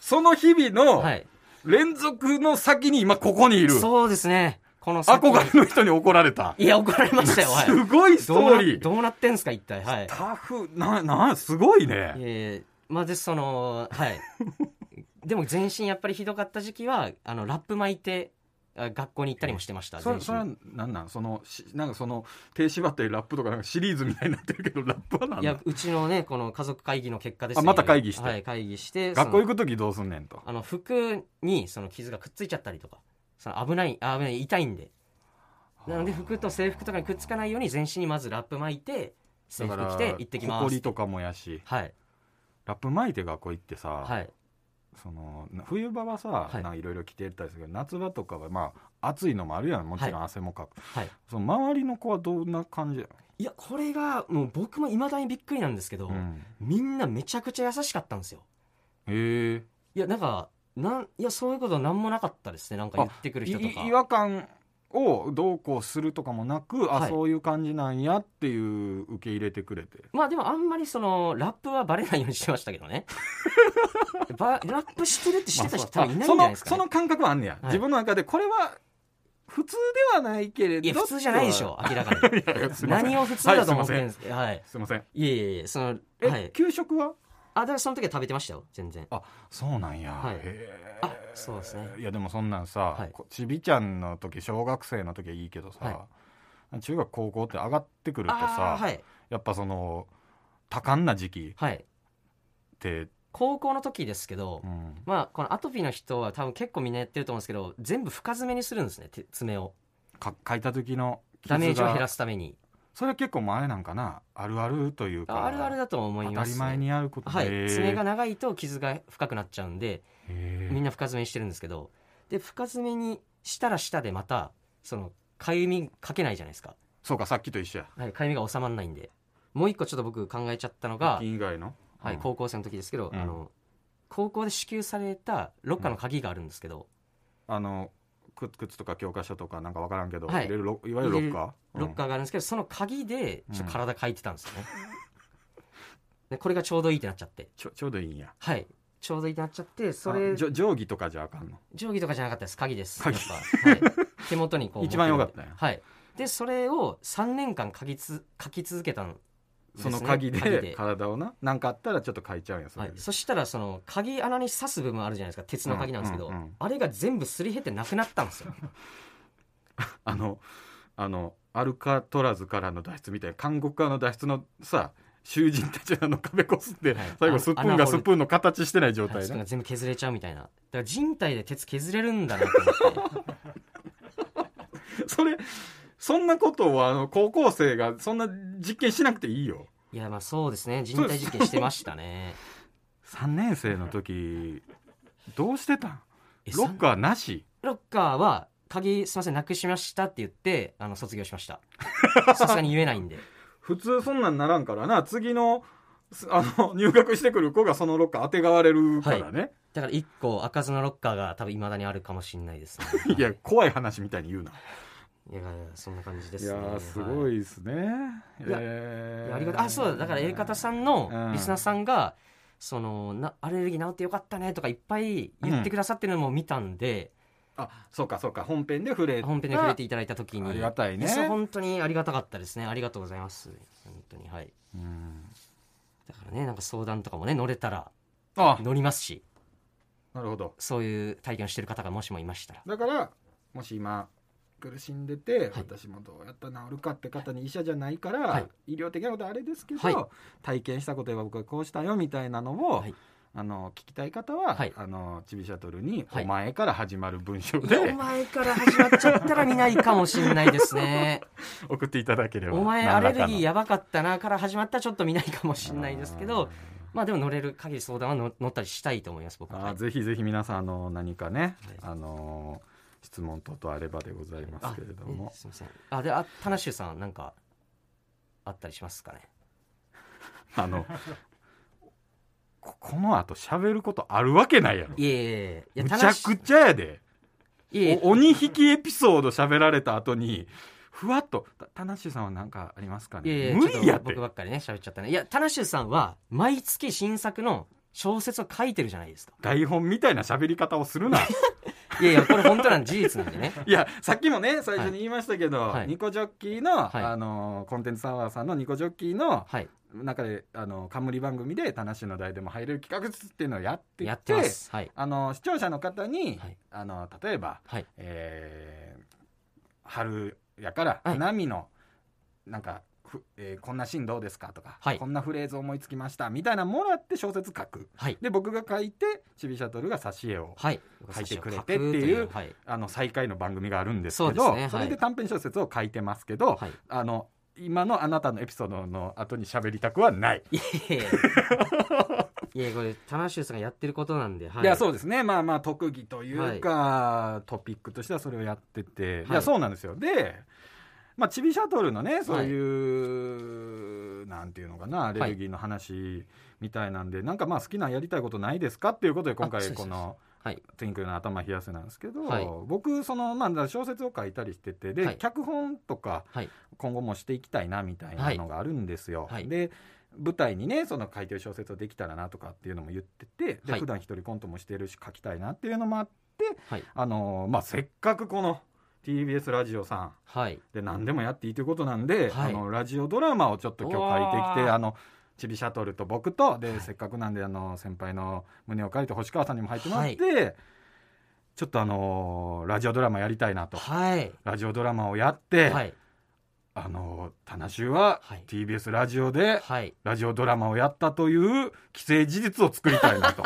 その日々のはい、連続の先に今ここにいる、そうですねこの先に憧れの人に怒られたいや怒られましたよ、はい、すごいストどうーなリーどうなってんすか一体はいタフななすごいねえー、まあでそのはい でも全身やっぱりひどかった時期はあのラップ巻いてあ学校に行ったりもしてましたそ全れ身それは何なんそのしなんかその手縛ってるラップとかなんかシリーズみたいになってるけどラップは何いなやんうちのねこの家族会議の結果ですねあまた会議してはい会議して学校行くく時どうすんねんとあの服にその傷がくっついちゃったりとかその危ないあ危ない痛いんでなので服と制服とかにくっつかないように全身にまずラップ巻いて制だか服ら着て行ってきまほこすりとかもやしはいラップ巻いて学校行ってさ、はいそのな冬場はさ、いなんかいろいろ着てたりするけど夏場とかはまあ暑いのもあるやんもちろん汗もかく、はいその周りの子はどんな感じやいやこれがもう僕もいまだにびっくりなんですけど、の、うん、みんなめちゃくちゃ優しかったんですよへえいやなんかなんいやそういうことなんもなかったですねなんか言ってくる人とか違和感をどうこうするとかもなく、はあいそういう感じなんやっていう受け入れてくれてまあでもあんまりそのラップはバレないようにしてましたけど ねばラップしてるってしてた人多分いないんじゃないですか、ねまあそうそのその感覚はあんねや、い自分の中でこれは普通ではないけれどいや普通じゃないでしょ明らかに 何をを普通だと思ってるんですか、はいい、すいませんえいえいえそのえ、はい給食はあだからその時は食べてましたよ全然あそうなんや、はいへえあそうですねいやでもそんなんさ、はいこちびちゃんの時小学生の時はいいけどさ、は中学高校って上がってくるとあさ、ーはいやっぱその多感な時期はいって、高校の時ですけど、うんまあこのアトピーの人は多分結構みんなやってると思うんですけど全部深爪にするんですね手爪をか書いた時の傷ダがメージを減らすためにそれは結構前なんかなあるあるというかああるあるだと思います、ね、当たり前にあることはへいー爪が長いと傷が深くなっちゃうんでへーみんな深爪にしてるんですけどで深爪にしたらしたでまたそのかゆみかけないじゃないですかそうかさっきと一緒やはいかゆみが収まらないんでもう一個ちょっと僕考えちゃったのが腹、筋以外のはうい、ん高校生の時ですけど、うんあの高校で支給されたロッカーの鍵があるんですけど、あのく靴とか教科書とかなんか分からんけど、はい入れるロいわゆるロッカーロッカー、ーがあるんですけど、その鍵でちょっと体かいてたんですよね、 でこれがちょうどいいってなっちゃってちょちょうどいいんやはいちょうどいいってなっちゃってそそれれ定規とかじゃあかんの定規とかじゃなかったです鍵です鍵や っぱ、はい、手元にこう一番持てるん良でかったんやはいでそれを3年間書きつ書き続けたんですそねの鍵で鍵で体をななんかあったらちょっと書いちゃうんやそはれいで、、そしたらその鍵穴に刺す部分あるじゃないですか鉄の鍵なんですけど、うんうんうんあれが全部すり減ってなくなったんですよあのあのアルカトラズからの脱出みたいな韓国側の脱出のさ囚人たちのあの壁こすって、はい最後あスプーン穴が掘るスプーンの形してない状はい態そで、れが全部削れちゃうみたいなだから人体で鉄削れるんだなと思って それそんなことをあの高校生がそんな実験しなくていいよいやまあそうですね人体実験してましたね3年生の時どうしてたんえロッカーなしロッカーは鍵すいませんなくしましたって言ってあの卒業しました さすがに言えないんで普通そんなんならんからな次のすあの入学してくる子がそのロッカー当てがわれるからね、だから1個開かずのロッカーが多分いまだにあるかもしれないですねい、や怖い話みたいに言うな、いやいやそんな感じでいすやねーすごはいですね、いやえいーやありがたあそうだだからエレカタさんのうんリスナーさんが、そのなアレルギー治ってよかったねとかいっぱい言ってくださってるのも見たんで、あそうかそうか本編で触れた本編で触れていただいた時にありがたいねやそう本当にありがたかったですねありがとうございます本当にはいうんだからねなんか相談とかもね乗れたらあ乗りますしなるほどそういう体験をしてる方がもしもいましたらだからもし今苦しんでて、い私もどうやったら治るかって方に医者じゃないから、はい医療的なことあれですけど、はい体験したことは僕はこうしたよみたいなのを、はいあの聞きたい方は、はいあのチビシャトルに「はいお前」から始まる文章いやおで前から始まっちゃったら見ないかもしんないです ね送っていただければお前アレルギーややばかったなから始まったらちょっと見ないかもしんないですけどまあでも乗れる限り相談はの乗ったりしたいと思います僕は、はあいぜひぜひ皆さんあの何かね、はいあの質問等々あればでございますけれどあもね、すみませんあであ田中さんなんかあったりしますかねあのここの後喋ることあるわけないやろいえいえいえむいちやゃくちゃやでいえいえお鬼引きエピソード喋られた後にふわっと「た田中さんは何かありますかいやいね?」や無ちょっ理やとって僕ばっかりね喋っちゃったねいや田中さんは毎月新作の小説を書いてるじゃないですか台本みたいな喋り方をす るないやいやこれ本当なん事実なんで ねいやさっきもね最初に言いましたけど、はいニコジョッキーの、はいあのコンテンツサワーさんのニコジョッキーのはい中であの冠番組で「田中の台でも入れる企画」っていうのをやってやってますはいあの視聴者の方に、はいあの例えば、はいえー春やからはい花見の、なんかふ、えーこんなシーンどうですかとか、はいこんなフレーズ思いつきましたみたいなのもらって小説書くはいで僕が書いてチビシャトルが挿絵を、はい書いてくれてっていうはいあの最下位の番組があるんですけどそそうですねはいれで短編小説を書いてますけど、はいあの今のあなたのエピソードの後に喋りたくはない。いやいや いやこれ田中さんがやってることなんではいいやそうですねまあまあ特技というか、トピックとしてはそれをやってて、い、はやいそうなんですよでまあちびシャトルのねそういう、なんていうのかなアレルギーの話みたいなんで、なんかまあ好きなやりたいことないですかっていうことで今あ回そうそうこそうのはいトゥインクルの頭冷やせなんですけど、はい僕その、まあ、小説を書いたりしててで、はい脚本とかはい今後もしていきたいなみたいなのがあるんですよ。はいで舞台にねその書いてる小説をできたらなとかっていうのも言っててで、はい普段一人コントもしてるし書きたいなっていうのもあって、はいあのまあ、せっかくこの TBS ラジオさんはいで何でもやっていいということなんで、はいあのラジオドラマをちょっと今日書ういてきてわーあのちびシャトルと僕とで、せっかくなんであの先輩の胸を借りて星川さんにも入ってもらって、ちょっとあのーラジオドラマやりたいなと、はいラジオドラマをやって、はいあのー、田中ははい TBS ラジオではいラジオドラマをやったという既成事実を作りたい なと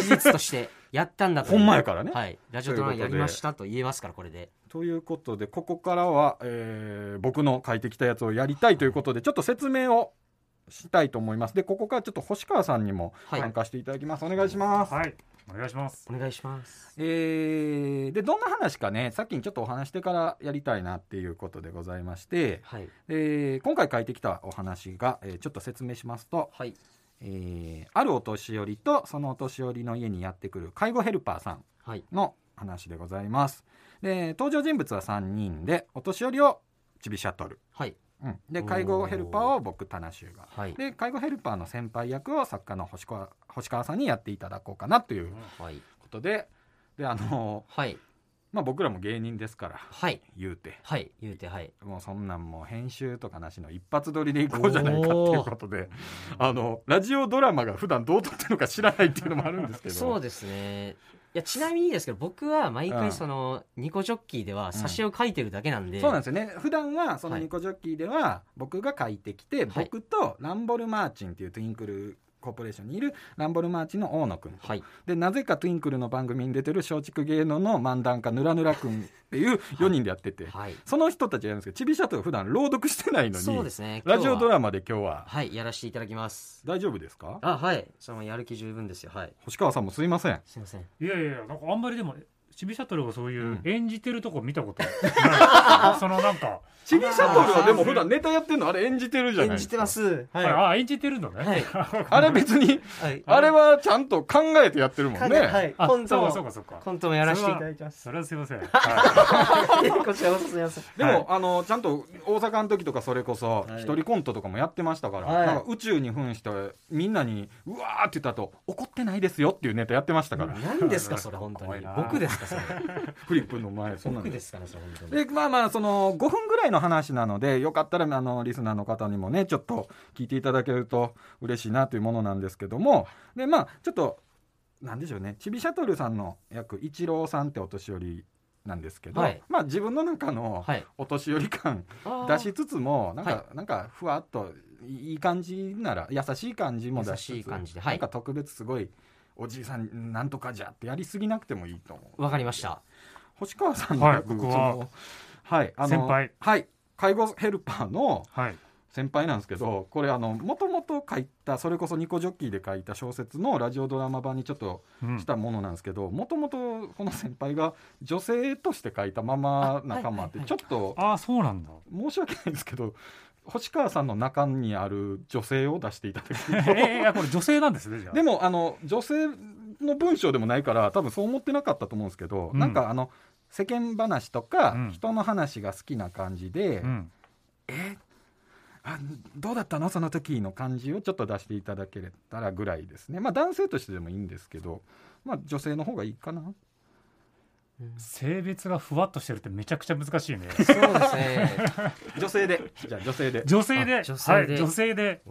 事実としてやったんだとほんまやからねはいラジオドラマやりましたと言えますからこれでということでここからは、えー僕の書いてきたやつをやりたいということでちょっと説明をしたいと思いますでここからちょっと星川さんにもはい参加していただきます、お願いします、はいお願いしますお願いしますえーでどんな話かねさっきにちょっとお話してからやりたいなっていうことでございまして、はいえー今回書いてきたお話が、えーちょっと説明しますと、はいえーあるお年寄りとそのお年寄りの家にやってくる介護ヘルパーさんはいの話でございますで登場人物は3人でお年寄りをちびシャトル、はいうん、で介護ヘルパーを僕田中がはいで介護ヘルパーの先輩役を作家の星川星川さんにやっていただこうかなというはいことでであのはいまあ僕らも芸人ですからはい言うてはい言うてはいもうそんなんもう編集とかなしの一発撮りでいこうじゃないかっていうことであのラジオドラマが普段どう撮ってるのか知らないっていうのもあるんですけ どそうですねいやちなみにですけど僕は毎うん回そのニコジョッキーでは挿絵を描いてるだけなんで、そうなんでですよね普段はそのはいニコジョッキーでは僕が書いてきて、はい僕とランボルマーチンっていうトゥインクルコーポレーションにいるランボルマーチンの大野くんはいでなぜかトゥインクルの番組に出てる松竹芸能の漫談家ぬらぬらくんっていう4人でやってて、はいその人たちがやるんですけどちびシャトル普段朗読してないのにそうですねラジオドマラマで今日ははいやらせていただきます大丈夫ですかあはいそのやる気十分ですよはい星川さんもすいませんすいませんいやいやいやなんかあんまりでもちびシャトルがそういううん演じてるとこ見たことない そのなんかちびシャトルはでも普段ネタやってるのあれ演じてるじゃないですかすはいはあ演じてるのね、いあれ別にはいあれはちゃんと考えてやってるもんね、はいあ今度そうかもそうかそうかコントもやらせていただきますそれはすいません、はこちらこそすみませんでも、はいあのちゃんと大阪の時とかそれこそはい一人コントとかもやってましたから、はいなんか宇宙に扮してみんなに「うわ!」って言った後怒ってないですよ」っていうネタやってましたから、何ですかそれ本当怖いにな僕ですかそれフリップの前そんな僕のですからそれ本当にでまあまあその5分ぐらいの話なのでよかったらあのリスナーの方にもねちょっと聞いていただけると嬉しいなというものなんですけどもでまあちょっとなんでしょうねちびシャトルさんの役一郎さんってお年寄りなんですけど、はいまあ自分の中のはいお年寄り感あー出しつつもなんか、はなんかふわっといい感じなら優しい感じも出しつ優つしい感じではいなんか特別すごいおじいさんなんとかじゃってやりすぎなくてもいいと思うわかりました星川さんのはい役僕はそのはいあの先輩はい介護ヘルパーのい、はい、先輩なんですけどこれあのもともと書いたそれこそニコジョッキーで書いた小説のラジオドラマ版にちょっとうんしたものなんですけどもともとこの先輩が女性として書いたまま仲間っあはいはいてはいちょっとああそうなん だ申し訳ないんですけど星川さんの中にある女性を出していただえ くー、いやこれ女性なんですねじゃあでもあの女性の文章でもないから多分そう思ってなかったと思うんですけど、うんなんかあの世間話とか、うん人の話が好きな感じで、うん、あどうだったのその時の感じをちょっと出していただけたらぐらいですねまあ男性としてでもいいんですけど、まあ、女性の方がいいかな性別がふわっとしてるってめちゃくちゃ難しいねそうです ね女性でじゃあ女性で 女性であ女性はでい、女性で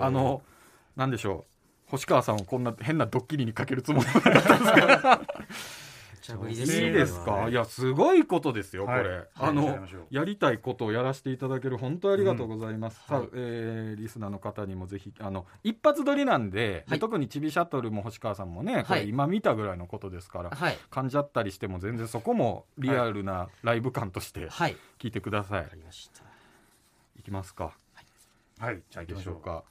あのなんでしょう星川さんをこんな変なドッキリにかけるつもりじゃぶりいですよいですこれかはいやすごいことですよ、はいこれ、はいあやりのましょうやりたいことをやらせていただける本当ありがとうございます、うんさあはいえーリスナーの方にもぜひあの一発撮りなんで、ではい特にちびシャトルも星川さんもねはこれい今見たぐらいのことですから、はい感じゃったりしても全然そこもリアルなライブ感としてはい聞いてください、わかりましたい、きますかはいじゃあい行いきでまししょょううか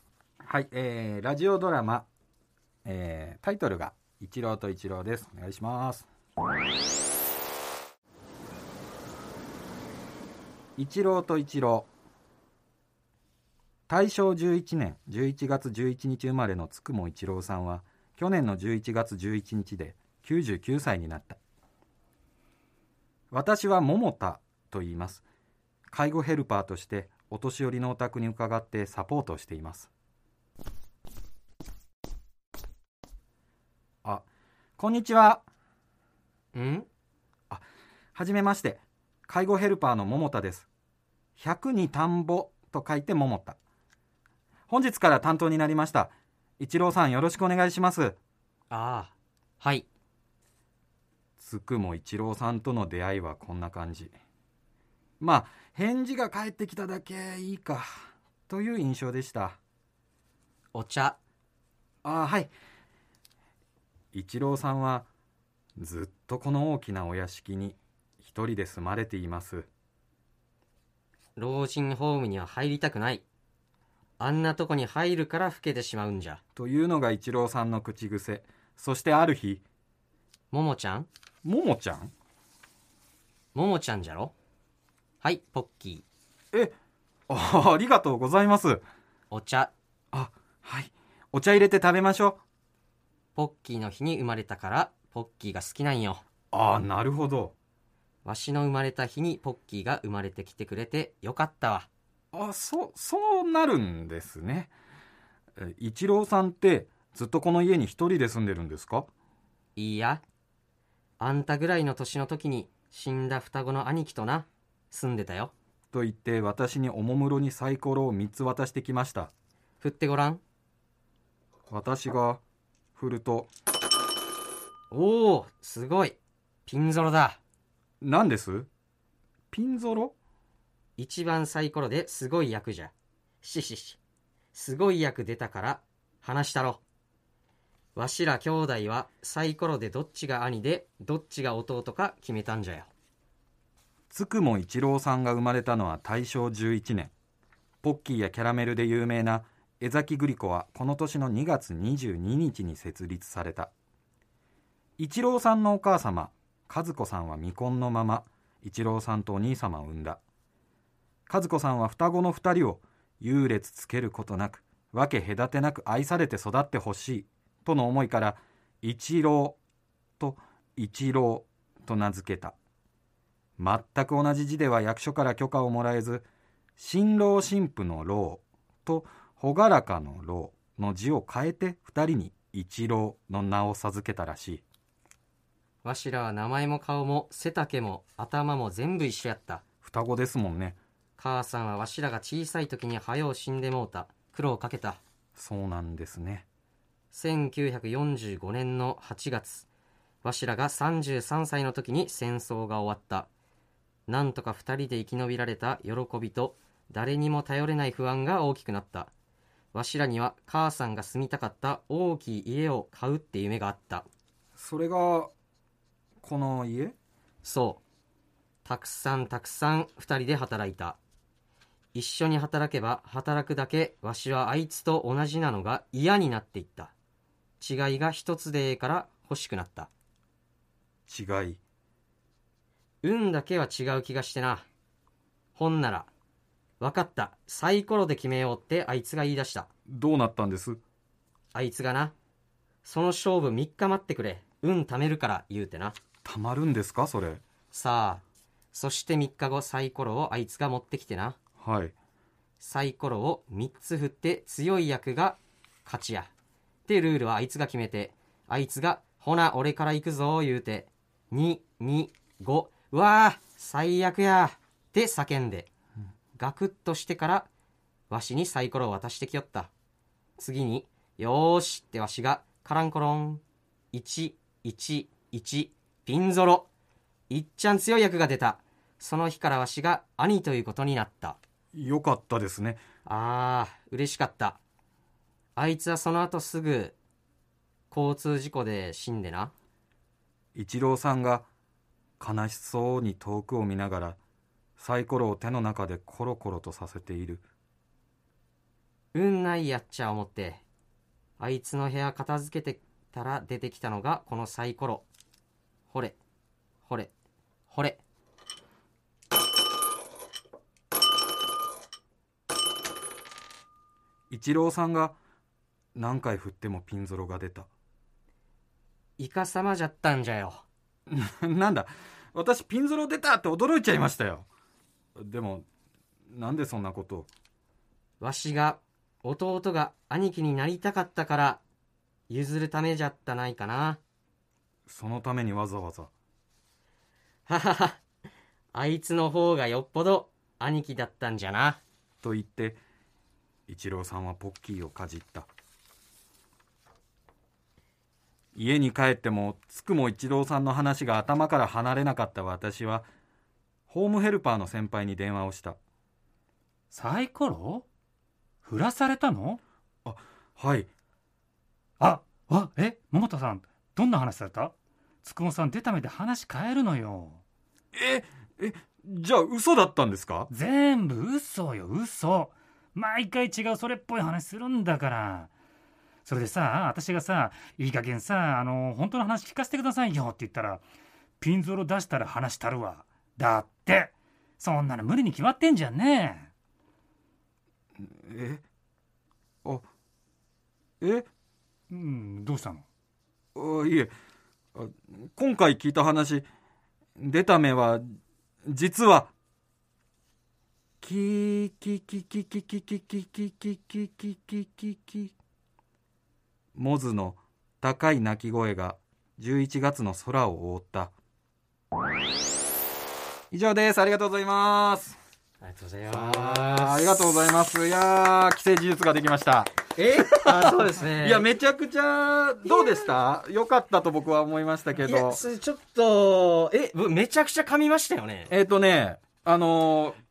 はい、えーラジオドラマ、えータイトルが「一郎と一郎」ですお願いします一郎と一郎大正11年11月11日生まれのつくも一郎さんは去年の11月11日で99歳になった私は桃田と言います介護ヘルパーとしてお年寄りのお宅に伺ってサポートをしていますあこんにちはうんはじめまして介護ヘルパーの桃田です100に田んぼと書いて桃田本日から担当になりました一郎さんよろしくお願いしますああはいつくも一郎さんとの出会いはこんな感じまあ返事が返ってきただけいいかという印象でしたお茶ああはい一郎さんはずっとこの大きなお屋敷に一人で住まれています老人ホームには入りたくないあんなとこに入るから老けてしまうんじゃというのが一郎さんの口癖そしてある日ももちゃんももちゃんももちゃんじゃろはいポッキーえあありがとうございますお茶あはいお茶入れて食べましょポッキーの日に生まれたからポッキーが好きなんようああなるほどわしの生まれた日にポッキーが生まれてきてくれてよかったわあそそうなるんですねえ一郎さんってずっとこの家に一人で住んでるんですかいいやあんたぐらいの年の時に死んだ双子の兄貴とな住んでたよと言って私におもむろにサイコロを3つ渡してきました振ってごらん私が振るとおおすごいピンゾロだ何ですピンゾロ一番サイコロですごい役じゃしししすごい役出たから話したろわしら兄弟はサイコロでどっちが兄でどっちが弟か決めたんじゃよつくも一郎さんが生まれたのは大正11年ポッキーやキャラメルで有名な江崎グリコはこの年の2月22日に設立された一郎さんのお母様和子さんは未婚のまま一郎さんとお兄様を産んだ和子さんは双子の2人を優劣つけることなく分け隔てなく愛されて育ってほしいとの思いから一郎と一郎と名付けた全く同じ字では役所から許可をもらえず新郎新婦の老と朗らかの老の字を変えて2人に一郎の名を授けたらしいわしらは名前も顔も背丈も頭も全部一緒やった双子ですもんね母さんはわしらが小さい時に早う死んでもうた苦労かけたそうなんですね1945年の8月わしらが33歳の時に戦争が終わったなんとか2人で生き延びられた喜びと誰にも頼れない不安が大きくなったわしらには母さんが住みたかった大きい家を買うって夢があったそれがこの家そうたくさんたくさん2人で働いた一緒に働けば働くだけわしはあいつと同じなのが嫌になっていった違いが一つでええから欲しくなった違い運だけは違う気がしてなほんなら分かったサイコロで決めようってあいつが言い出したどうなったんですあいつがなその勝負3日待ってくれ運貯めるから言うてなたまるんですかそれさあそして3日後サイコロをあいつが持ってきてなはいサイコロを3つ振って強い役が勝ちや。で、ルールはあいつが決めて、あいつが、ほな、俺から行くぞ、言うて、2、2、5、うわあ、最悪や、って叫んで、ガクッとしてから、わしにサイコロを渡してきよった。次に、よーしってわしが、カランコロン、1、1、1、ピンゾロ。いっちゃん強い役が出た。その日からわしが兄ということになった。よかったですねああ、嬉しかった。あいつはその後すぐ、交通事故で死んでな。一郎さんが悲しそうに遠くを見ながらサイコロを手の中でコロコロとさせている運ないやっちゃ思って、あいつの部屋片付けてたら出てきたのがこのサイコロ。ほれ、ほれ、ほれ。一郎さんが何回振ってもピンゾロが出たイカ様じゃったんじゃよ。 なんだ私ピンゾロ出たって驚いちゃいましたよでもなんでそんなことをわしが、弟が兄貴になりたかったから、譲るためじゃったないかな。そのためにわざわざははは。あいつの方がよっぽど兄貴だったんじゃな。と言って一郎さんはポッキーをかじった家に帰ってもつくも一郎さんの話が頭から離れなかった私はホームヘルパーの先輩に電話をしたサイコロ振らされたのはいああえ桃田さんどんな話されたつくもさん出た目で話変えるのよええじゃあ嘘だったんですか全部嘘よ嘘毎回違うそれっぽい話するんだからそれでさ私がさいい加減さあの本当の話聞かせてくださいよって言ったらピンゾロ出したら話たるわだってそんなの無理に決まってんじゃんねえあえうんどうしたのあいえあ今回聞いた話出た目は実はキキキキキキキキキキキキキキキモズの高い鳴き声が11月の空を覆った以上ですありがとうございますありがとうございあまありがとうございますいやー既成事実ができましたす。え あ、そうですね。いや、めちゃくちゃ、どうでした良かったと僕は思いましたけいや、ど。それちょっと、え、ぶめちゃくちゃ噛みましたよね。えっ、とね、あのー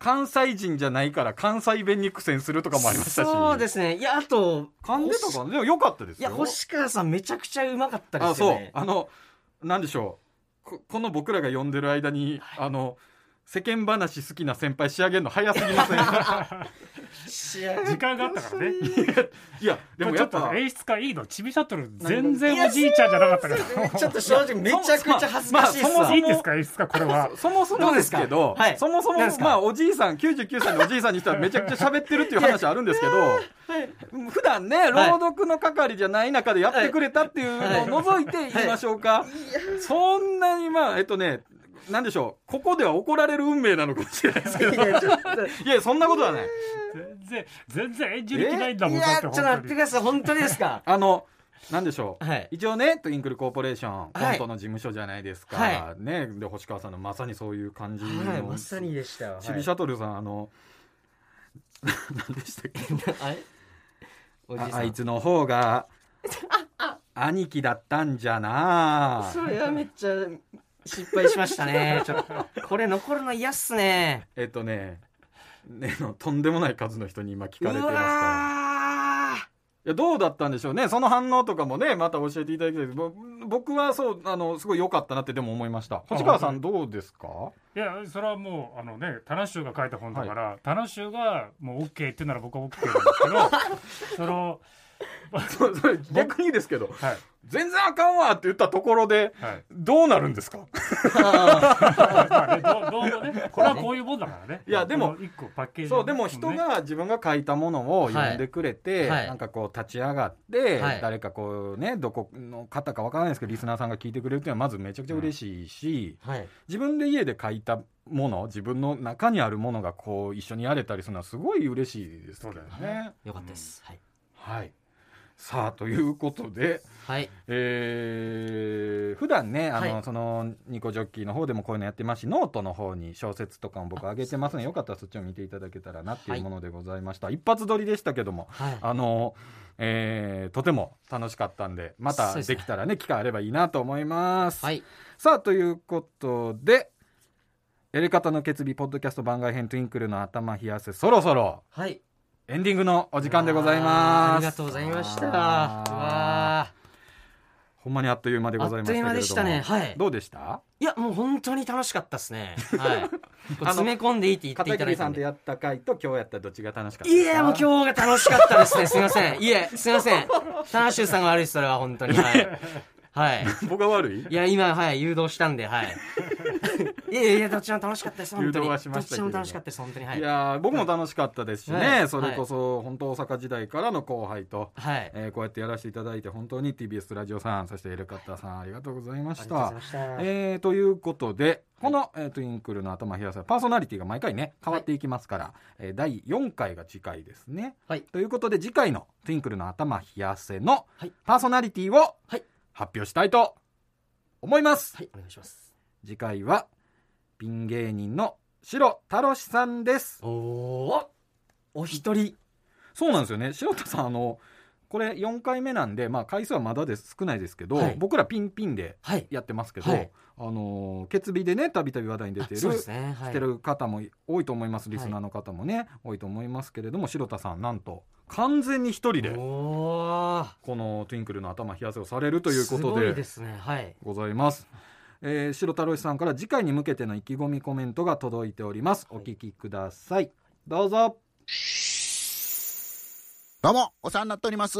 関西人じゃないから関西弁に苦戦するとかもありましたし。。そうですすね。いや、あと、噛んでたかなでも良かったですいよ。や、星川さんめちゃくちゃうまかったであ、すよそうね。。あの、なんでしょう。ここの僕らが呼んでる間に、あの、世間話好きな先輩仕上げるの早すぎません 試合時間があったからねいや、ででももちやょっっとぱ。演出家いいのちびシャトル全然おじいちゃんじゃなかったからちょ っと正直めちゃくちゃ恥ずかしいっすまあそもそわもいいんですか演出家これはそもそもですけどうどですかはいそもそも何ですかまあおじいさん99歳のおじいさんにしたらめちゃくちゃ喋ってるっていう話あるんですけど普段ねはい朗読の係じゃない中でやってくれたっていうのを除いて言いましょうかそんなにまあえっとねなんでしょうここでは怒られる運命なのかもしれないですけど いいやちょっとやそんなことはない全然全然演じる気ないんだもいんやだっちて本ょっ当と待ってにください本当です かあのなんでしょう、はい一応ねトゥインクルコーポレーションコはンいトの事務所じゃないですか、はね、で星川さんのまさにそういう感じの、はいまさにでしたわちびシャトルさん、あの、 何でしたっけはいおじいあさあいんつの方が、兄貴だったんじゃなそれはめっちゃ失敗しましたねちょっとこれ残るの嫌っすねえっとね、ねのとんでもない数の人に今聞うかれてますかわら。ーいや、どうだったんでしょうね。その反応とかもね、また教えていただきたいです。ぼ僕はそう、あの、すごい良かったなってでも思いました。星川さんどうですか いやそれはもうあのねタナシューが書いた本だから、タナシューがもう OK って言うなら僕は OK なんです けどそのそうそれ逆にですけど、はい全然あかんわって言ったところで、はいどうなるんですか まあねどうどうもねこれはこういうもんだからねいやでこもの一個パッケージそうでも人が自分が書いたものを読んでくれて、はいはいなんかこう立ち上がって、はい誰かこうねどこの方かわからないですけどリスナーさんが聞いてくれるっていうのはまずめちゃくちゃ嬉しいし、はい自分で家で書いたもの自分の中にあるものがこう一緒にやれたりするのはすごい嬉しいですけどね。そうだよよかったですはいはいさあということで、はいえー普段ねあの、はいそのニコジョッキーの方でもこういうのやってますしノートの方に小説とかも僕上げてますのでよかったらそっちを見ていただけたらなっていうものでございました、一発撮りでしたけどもはいあの、えーとても楽しかったんでまそうたですねできたらね機会あればいいなと思います、はいさあということで「やり方の決意ポッドキャスト番外編トゥインクルの頭冷やせ」そろそろはいエンディングのお時間でございあーますありがとうございましたうあーわほんまにあっという間でーあごっざいましたとけいうれども間でしたねはいどうでしたいや、もう本当に楽しかったですね。はい。こう詰め込んでいいって言ってい片ただ桐いたさんんとで。やった回と今日やったどっちが楽しかったいや、もう今日が楽しかったですね。すいません。いえ、すいません。タナシューさんが悪いです、それは本当に。はい。はい。 僕が悪いいや、今、はい、誘導したんで、はい。いやいやいや、どっちも楽しかったです、本当に。誘導はしましたけどどっちも楽しかったです、本当に。はいい。やー僕も楽しかったですしね、はいそれこそ本当大阪時代からの後輩と、はい。えーこうやってやらせていただいて本当に TBS ラジオさんそしてエレカッターさんありがとうございまあしりがとうございたま。した。えーということでこの、えートゥインクルの頭冷やさパーソナリティが毎回ね変わっていきますから、えー第4回が次回ですね。はいということで次回の「トゥインクルの頭冷やせ」のはいパーソナリティをはい発表したいと思います。はい、お願いします。次回はピン芸人の白太郎さんです。おおお一人。そうなんですよね白田さんあのこれ4回目なんで、まあ、回数はまだです少ないですけど、はい僕らピンピンではい。やってますけど、はいあのー決日でねたびたび話題に出てある、そうですね。はしいて。る方も多いと思いますはいリスナーの方もね、多いと思いますけれども白田さんなんと完全に一人でおーこの「トゥインクルの頭冷やせ」をされるということすごいでですね。はい。ございます。えー、白太郎さんから次回に向けての意気込みコメントが届いております。お聞きください。どうぞ。どうも、お世話になっております。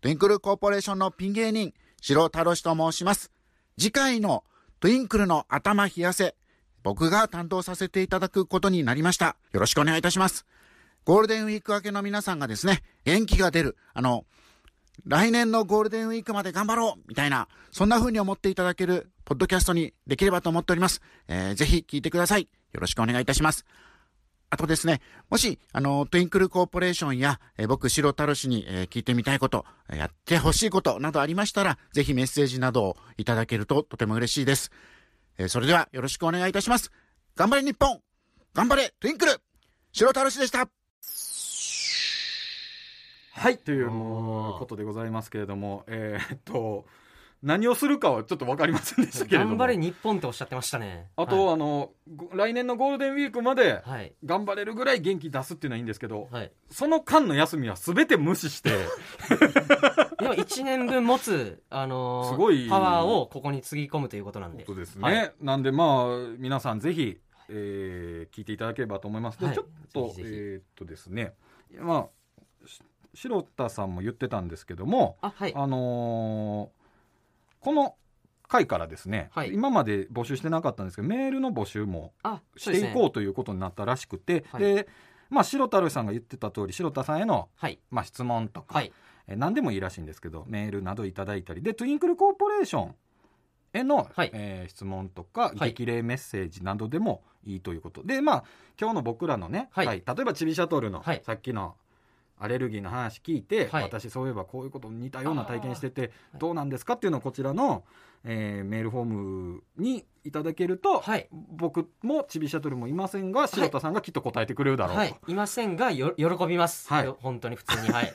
トゥインクルコーポレーションのピン芸人、白太郎氏と申します。次回のトゥインクルの頭冷やせ、僕が担当させていただくことになりました。よろしくお願いいたします。ゴールデンウィーク明けの皆さんがですね、元気が出る、あの、来年のゴールデンウィークまで頑張ろうみたいな、そんな風に思っていただける、ポッドキャストにできればと思っております。えーぜひ聞いてください。よろしくお願いいたします。あとですね、もし、あの、トゥインクルコーポレーションや、えー僕、白太郎氏に、えー聞いてみたいこと、えーやってほしいことなどありましたら、ぜひメッセージなどをいただけるととても嬉しいです。えーそれではよろしくお願いいたします。頑張れ日本頑張れトゥインクル白太郎氏でしたはい、というあーことでございますけれども、えーっと、何をするかはちょっと分かりませんでしたけれど頑も、張れ日本っておっしゃってましたね。あと、あの、ご来年のゴールデンウィークまではい、はい。頑張れるぐらい元気出すっていうのはいいんですけど、はい。その間の休みは全て無 視して、でも1年分持つ、あのーすごいパワーをここにつぎ込むということなんで。ですね、はいなんでまあ、皆さんぜひ、えー聞いていただければと思います。ではいちょっと、ぜひぜひえーっとですね、まあ、し白田さんも言ってたんですけども、あ、はい。あのーこの回からですね、はい今まで募集してなかったんですけどメールの募集もあ、しそうでてすいねこうということになったらしくて、はいでまあ白太郎さんが言ってた通り白田さんへの、はい。まあ、質問とか、はい。えー何でもいいらしいんですけどメールなどいただいたりでトゥインクルコーポレーションへの、はいえー質問とかはい激励メッセージなどでもいいということ、でまあ今日の僕らのね、はい回例えばチビシャトルの、はいさっきのアレルギーの話聞いて、はい私そういえばこういうこと似たような体験しててーどうなんですかっていうのをこちらの、えーメールフォームにいただけると、はい僕もチビシャトルもいませんが白田さんがきっと答えてくれるだろうと。はい。いませんが、よ、喜びます。ははいい。本当に普通に。はい。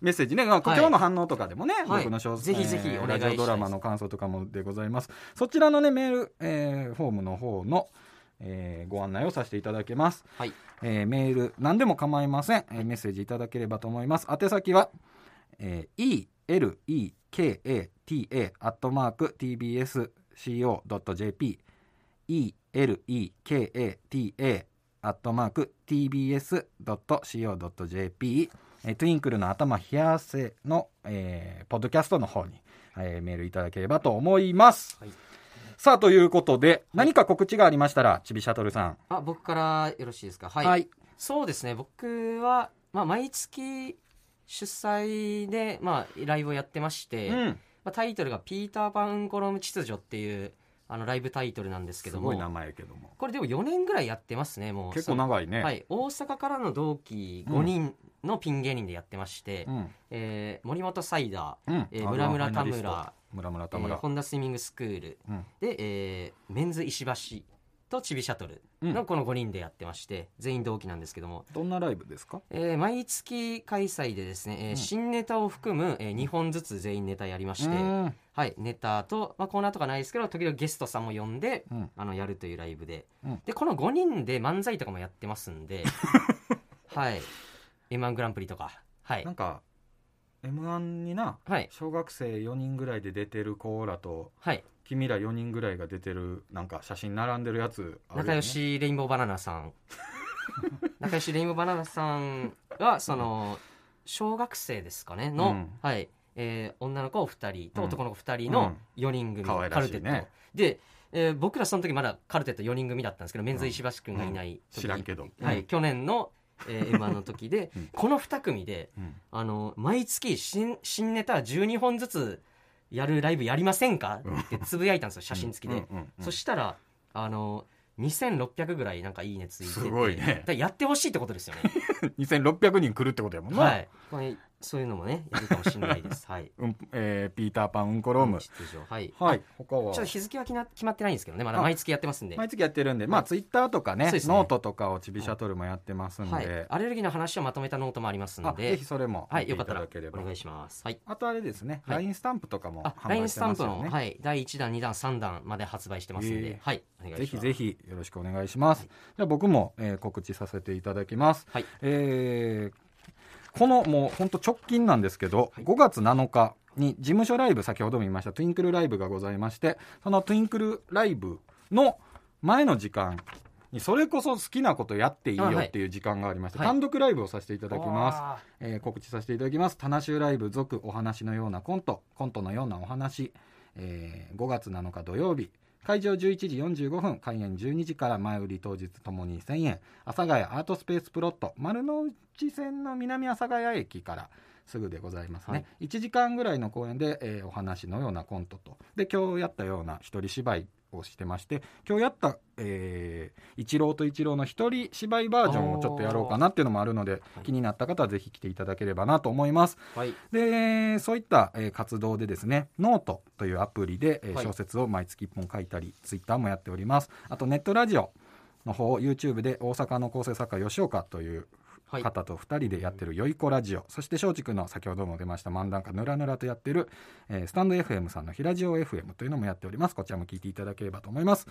メッセージね、まあ、はい今日の反応とかでもね、はい僕の小ぜひぜひお願いしたいですラジオドラマの感想とかもでございます。そちらのね、メール、えーフォームの方の、えーご案内をさせていただけます。はい。えーメール、何でも構いません、えーメッセージいただければと思います。宛先は、えー elekata アットマーク tbsco.jp elekata アットマーク tbs.co.jp えー、トゥインクルの頭冷やせの、えーポッドキャストの方に、えーメールいただければと思います。はいさあ、ということで、何か告知がありましたら、ちびシャトルさん。あ、僕からよろしいですか。はい。はい。そうですね。僕は、まあ、毎月主催で、まあ、ライブをやってまして、うん。まあ、タイトルがピーター・パンゴロム秩序っていう、あの、ライブタイトルなんですけすどごい名も、前やけども。これでも4年ぐらいやってますね、もう。結構長いね。はい、大阪からの同期5人のピン芸人でやってまして、うん。えー森本サイダうん。えー村村あ田村ファイナリスト村村ー、田えー、村。ホンダスイミングスクールうんで、えーメンズ石橋とチビシャトルうんのこの5人でやってまして、全員同期なんですけども、どんなライブですかえー毎月開催でですね、えーうん新ネタを含む、え2本ずつ全員ネタやりまして、うんはい、ネタと、まあ、コーナーとかないですけど時々ゲストさんも呼んでうん。あのやるというライブで、うんでこの5人で漫才とかもやってますん ではい「m 1グランプリ」とかはいなんか、M1 にな、はい小学生4人ぐらいで出てる子らと、はい君ら4人ぐらいが出てる、なんか写真並んでるやつあるよね、仲良しレインボーバナナさ ん仲良しレインボーバナナさんはその小学生ですかねの、うんはい、えー女の子2人とうん男の子2人うのん4人組、可愛カらしルいテねット、で、えー僕らその時まだカルテット4人組だったんですけどメンズ石橋君がいない時、知らんけど。はうい、ん。去年の、えー、m 1の時で、うんこの2組でうんあの毎月新新ネタ12本ずつやるライブやりませんかってつぶやいたんですよ写真付きで、うんうんうんそしたらあの2600ぐらいなんかいいねついててすごいねだからやってほしいってことですよね2600人来るってことやもんな。はいこれそういうのもねやるかもしれないですはいうんえーピーターパンうんこローム。出場はいはい。他ちょはっと日付は決ま決まってないんですけどねまだあ毎月やってますんで、毎月やってるんで、まあツイッターとかねそうですねノートとかをちびシャトルもやってますんで、はい、アレルギーの話をまとめたノートもありますあんぜでひそれもは見いてよいかったたらだければ。お願いしますはいあとあれですね、はい LINE スタンプとかもあ、販売 LINE しスてタまンすプよの、ね。はい、第1弾、2弾、3弾まで発売してますんで、ええはい、お願いしぜます。ひぜひ。ひよろしくお願いします。じゃあ僕も、えー告知させていただきます。はいえーこのもう本当直近なんですけど、5月7日に事務所ライブ先ほども言いましたトゥインクルライブがございましてそのトゥインクルライブの前の時間にそれこそ好きなことやっていいあよはいっていう時間がありまして、はい単独ライブをさせていただきます。あえー告知させていただきます「タナシュライブ続お話のようなコントコントのようなお話」えー5月7日土曜日会場11時45分開演12時から前売り当日ともに1000円阿佐ヶ谷アートスペースプロット丸の内線の南阿佐ヶ谷駅からすぐでございますね、1時間ぐらいの公演で、えーお話のようなコントとで今日やったような一人芝居をしてまして今日やった、えー、一郎と一郎の一人芝居バージョンをちょっとやろうかなっていうのもあるので気になった方はぜひ来ていただければなと思いますはい、でそういった、えー活動でですねノートというアプリで、えーはい小説を毎月1本書いたりツイッターもやっておりますあとネットラジオの方 YouTube で大阪の構成作家吉岡というはい。方と2人でやってる「よいこラジオ」そして松竹の先ほども出ました漫談家ぬらぬらとやってる、えースタンド FM さんの「ひらじお FM」というのもやっておりますこちらも聞いていただければと思います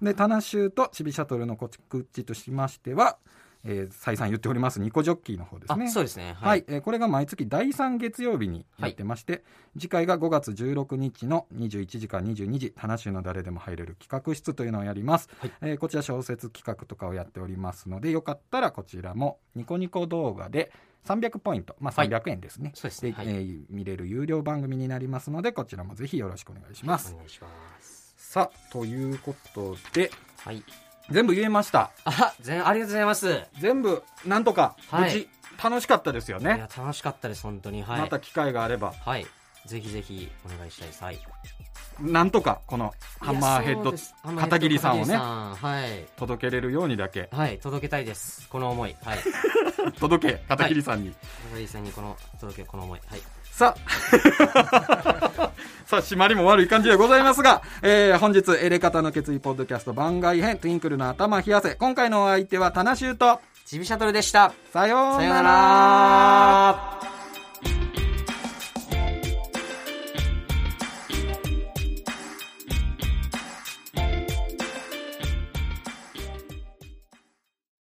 でタナシューとちびシャトルの告知としましては、えー再三言っておりますニコジョッキーの方ですあ、ねそうですね。はい、。えーこれが毎月第3月曜日にやってまして、次回が5月16日の21時から22時「田中の誰でも入れる企画室」というのをやります、はいえーこちら小説企画とかをやっておりますのでよかったらこちらもニコニコ動画で300ポイント、まあ、はい300円ですね、そうですねではいえー見れる有料番組になりますのでこちらもぜひよろしくお願いしますお、願いします。さあということではい。全部言えましたあ、全ありがとうございます。い全部なんとか無はい事楽しかったですよね、や、楽しかったです、本当に。はい。また機会があればはい。ぜひぜひお願いしたいです。はい。なんとかこのハンマーヘいやッそうドですハンマーヘッド片桐さんをね片桐さんはい。届けれるようにだ けはい、届けたいです。この思い。はい。届け片桐さんに、片桐さんにこの、届けこの思い。はい。さあ さあ締まりも悪い感じでございますが、えー本日エレカタの決意ポッドキャスト番外編トゥインクルの頭冷やせ今回のお相手はタナシュートちびシャトルでした。さようさようなならら。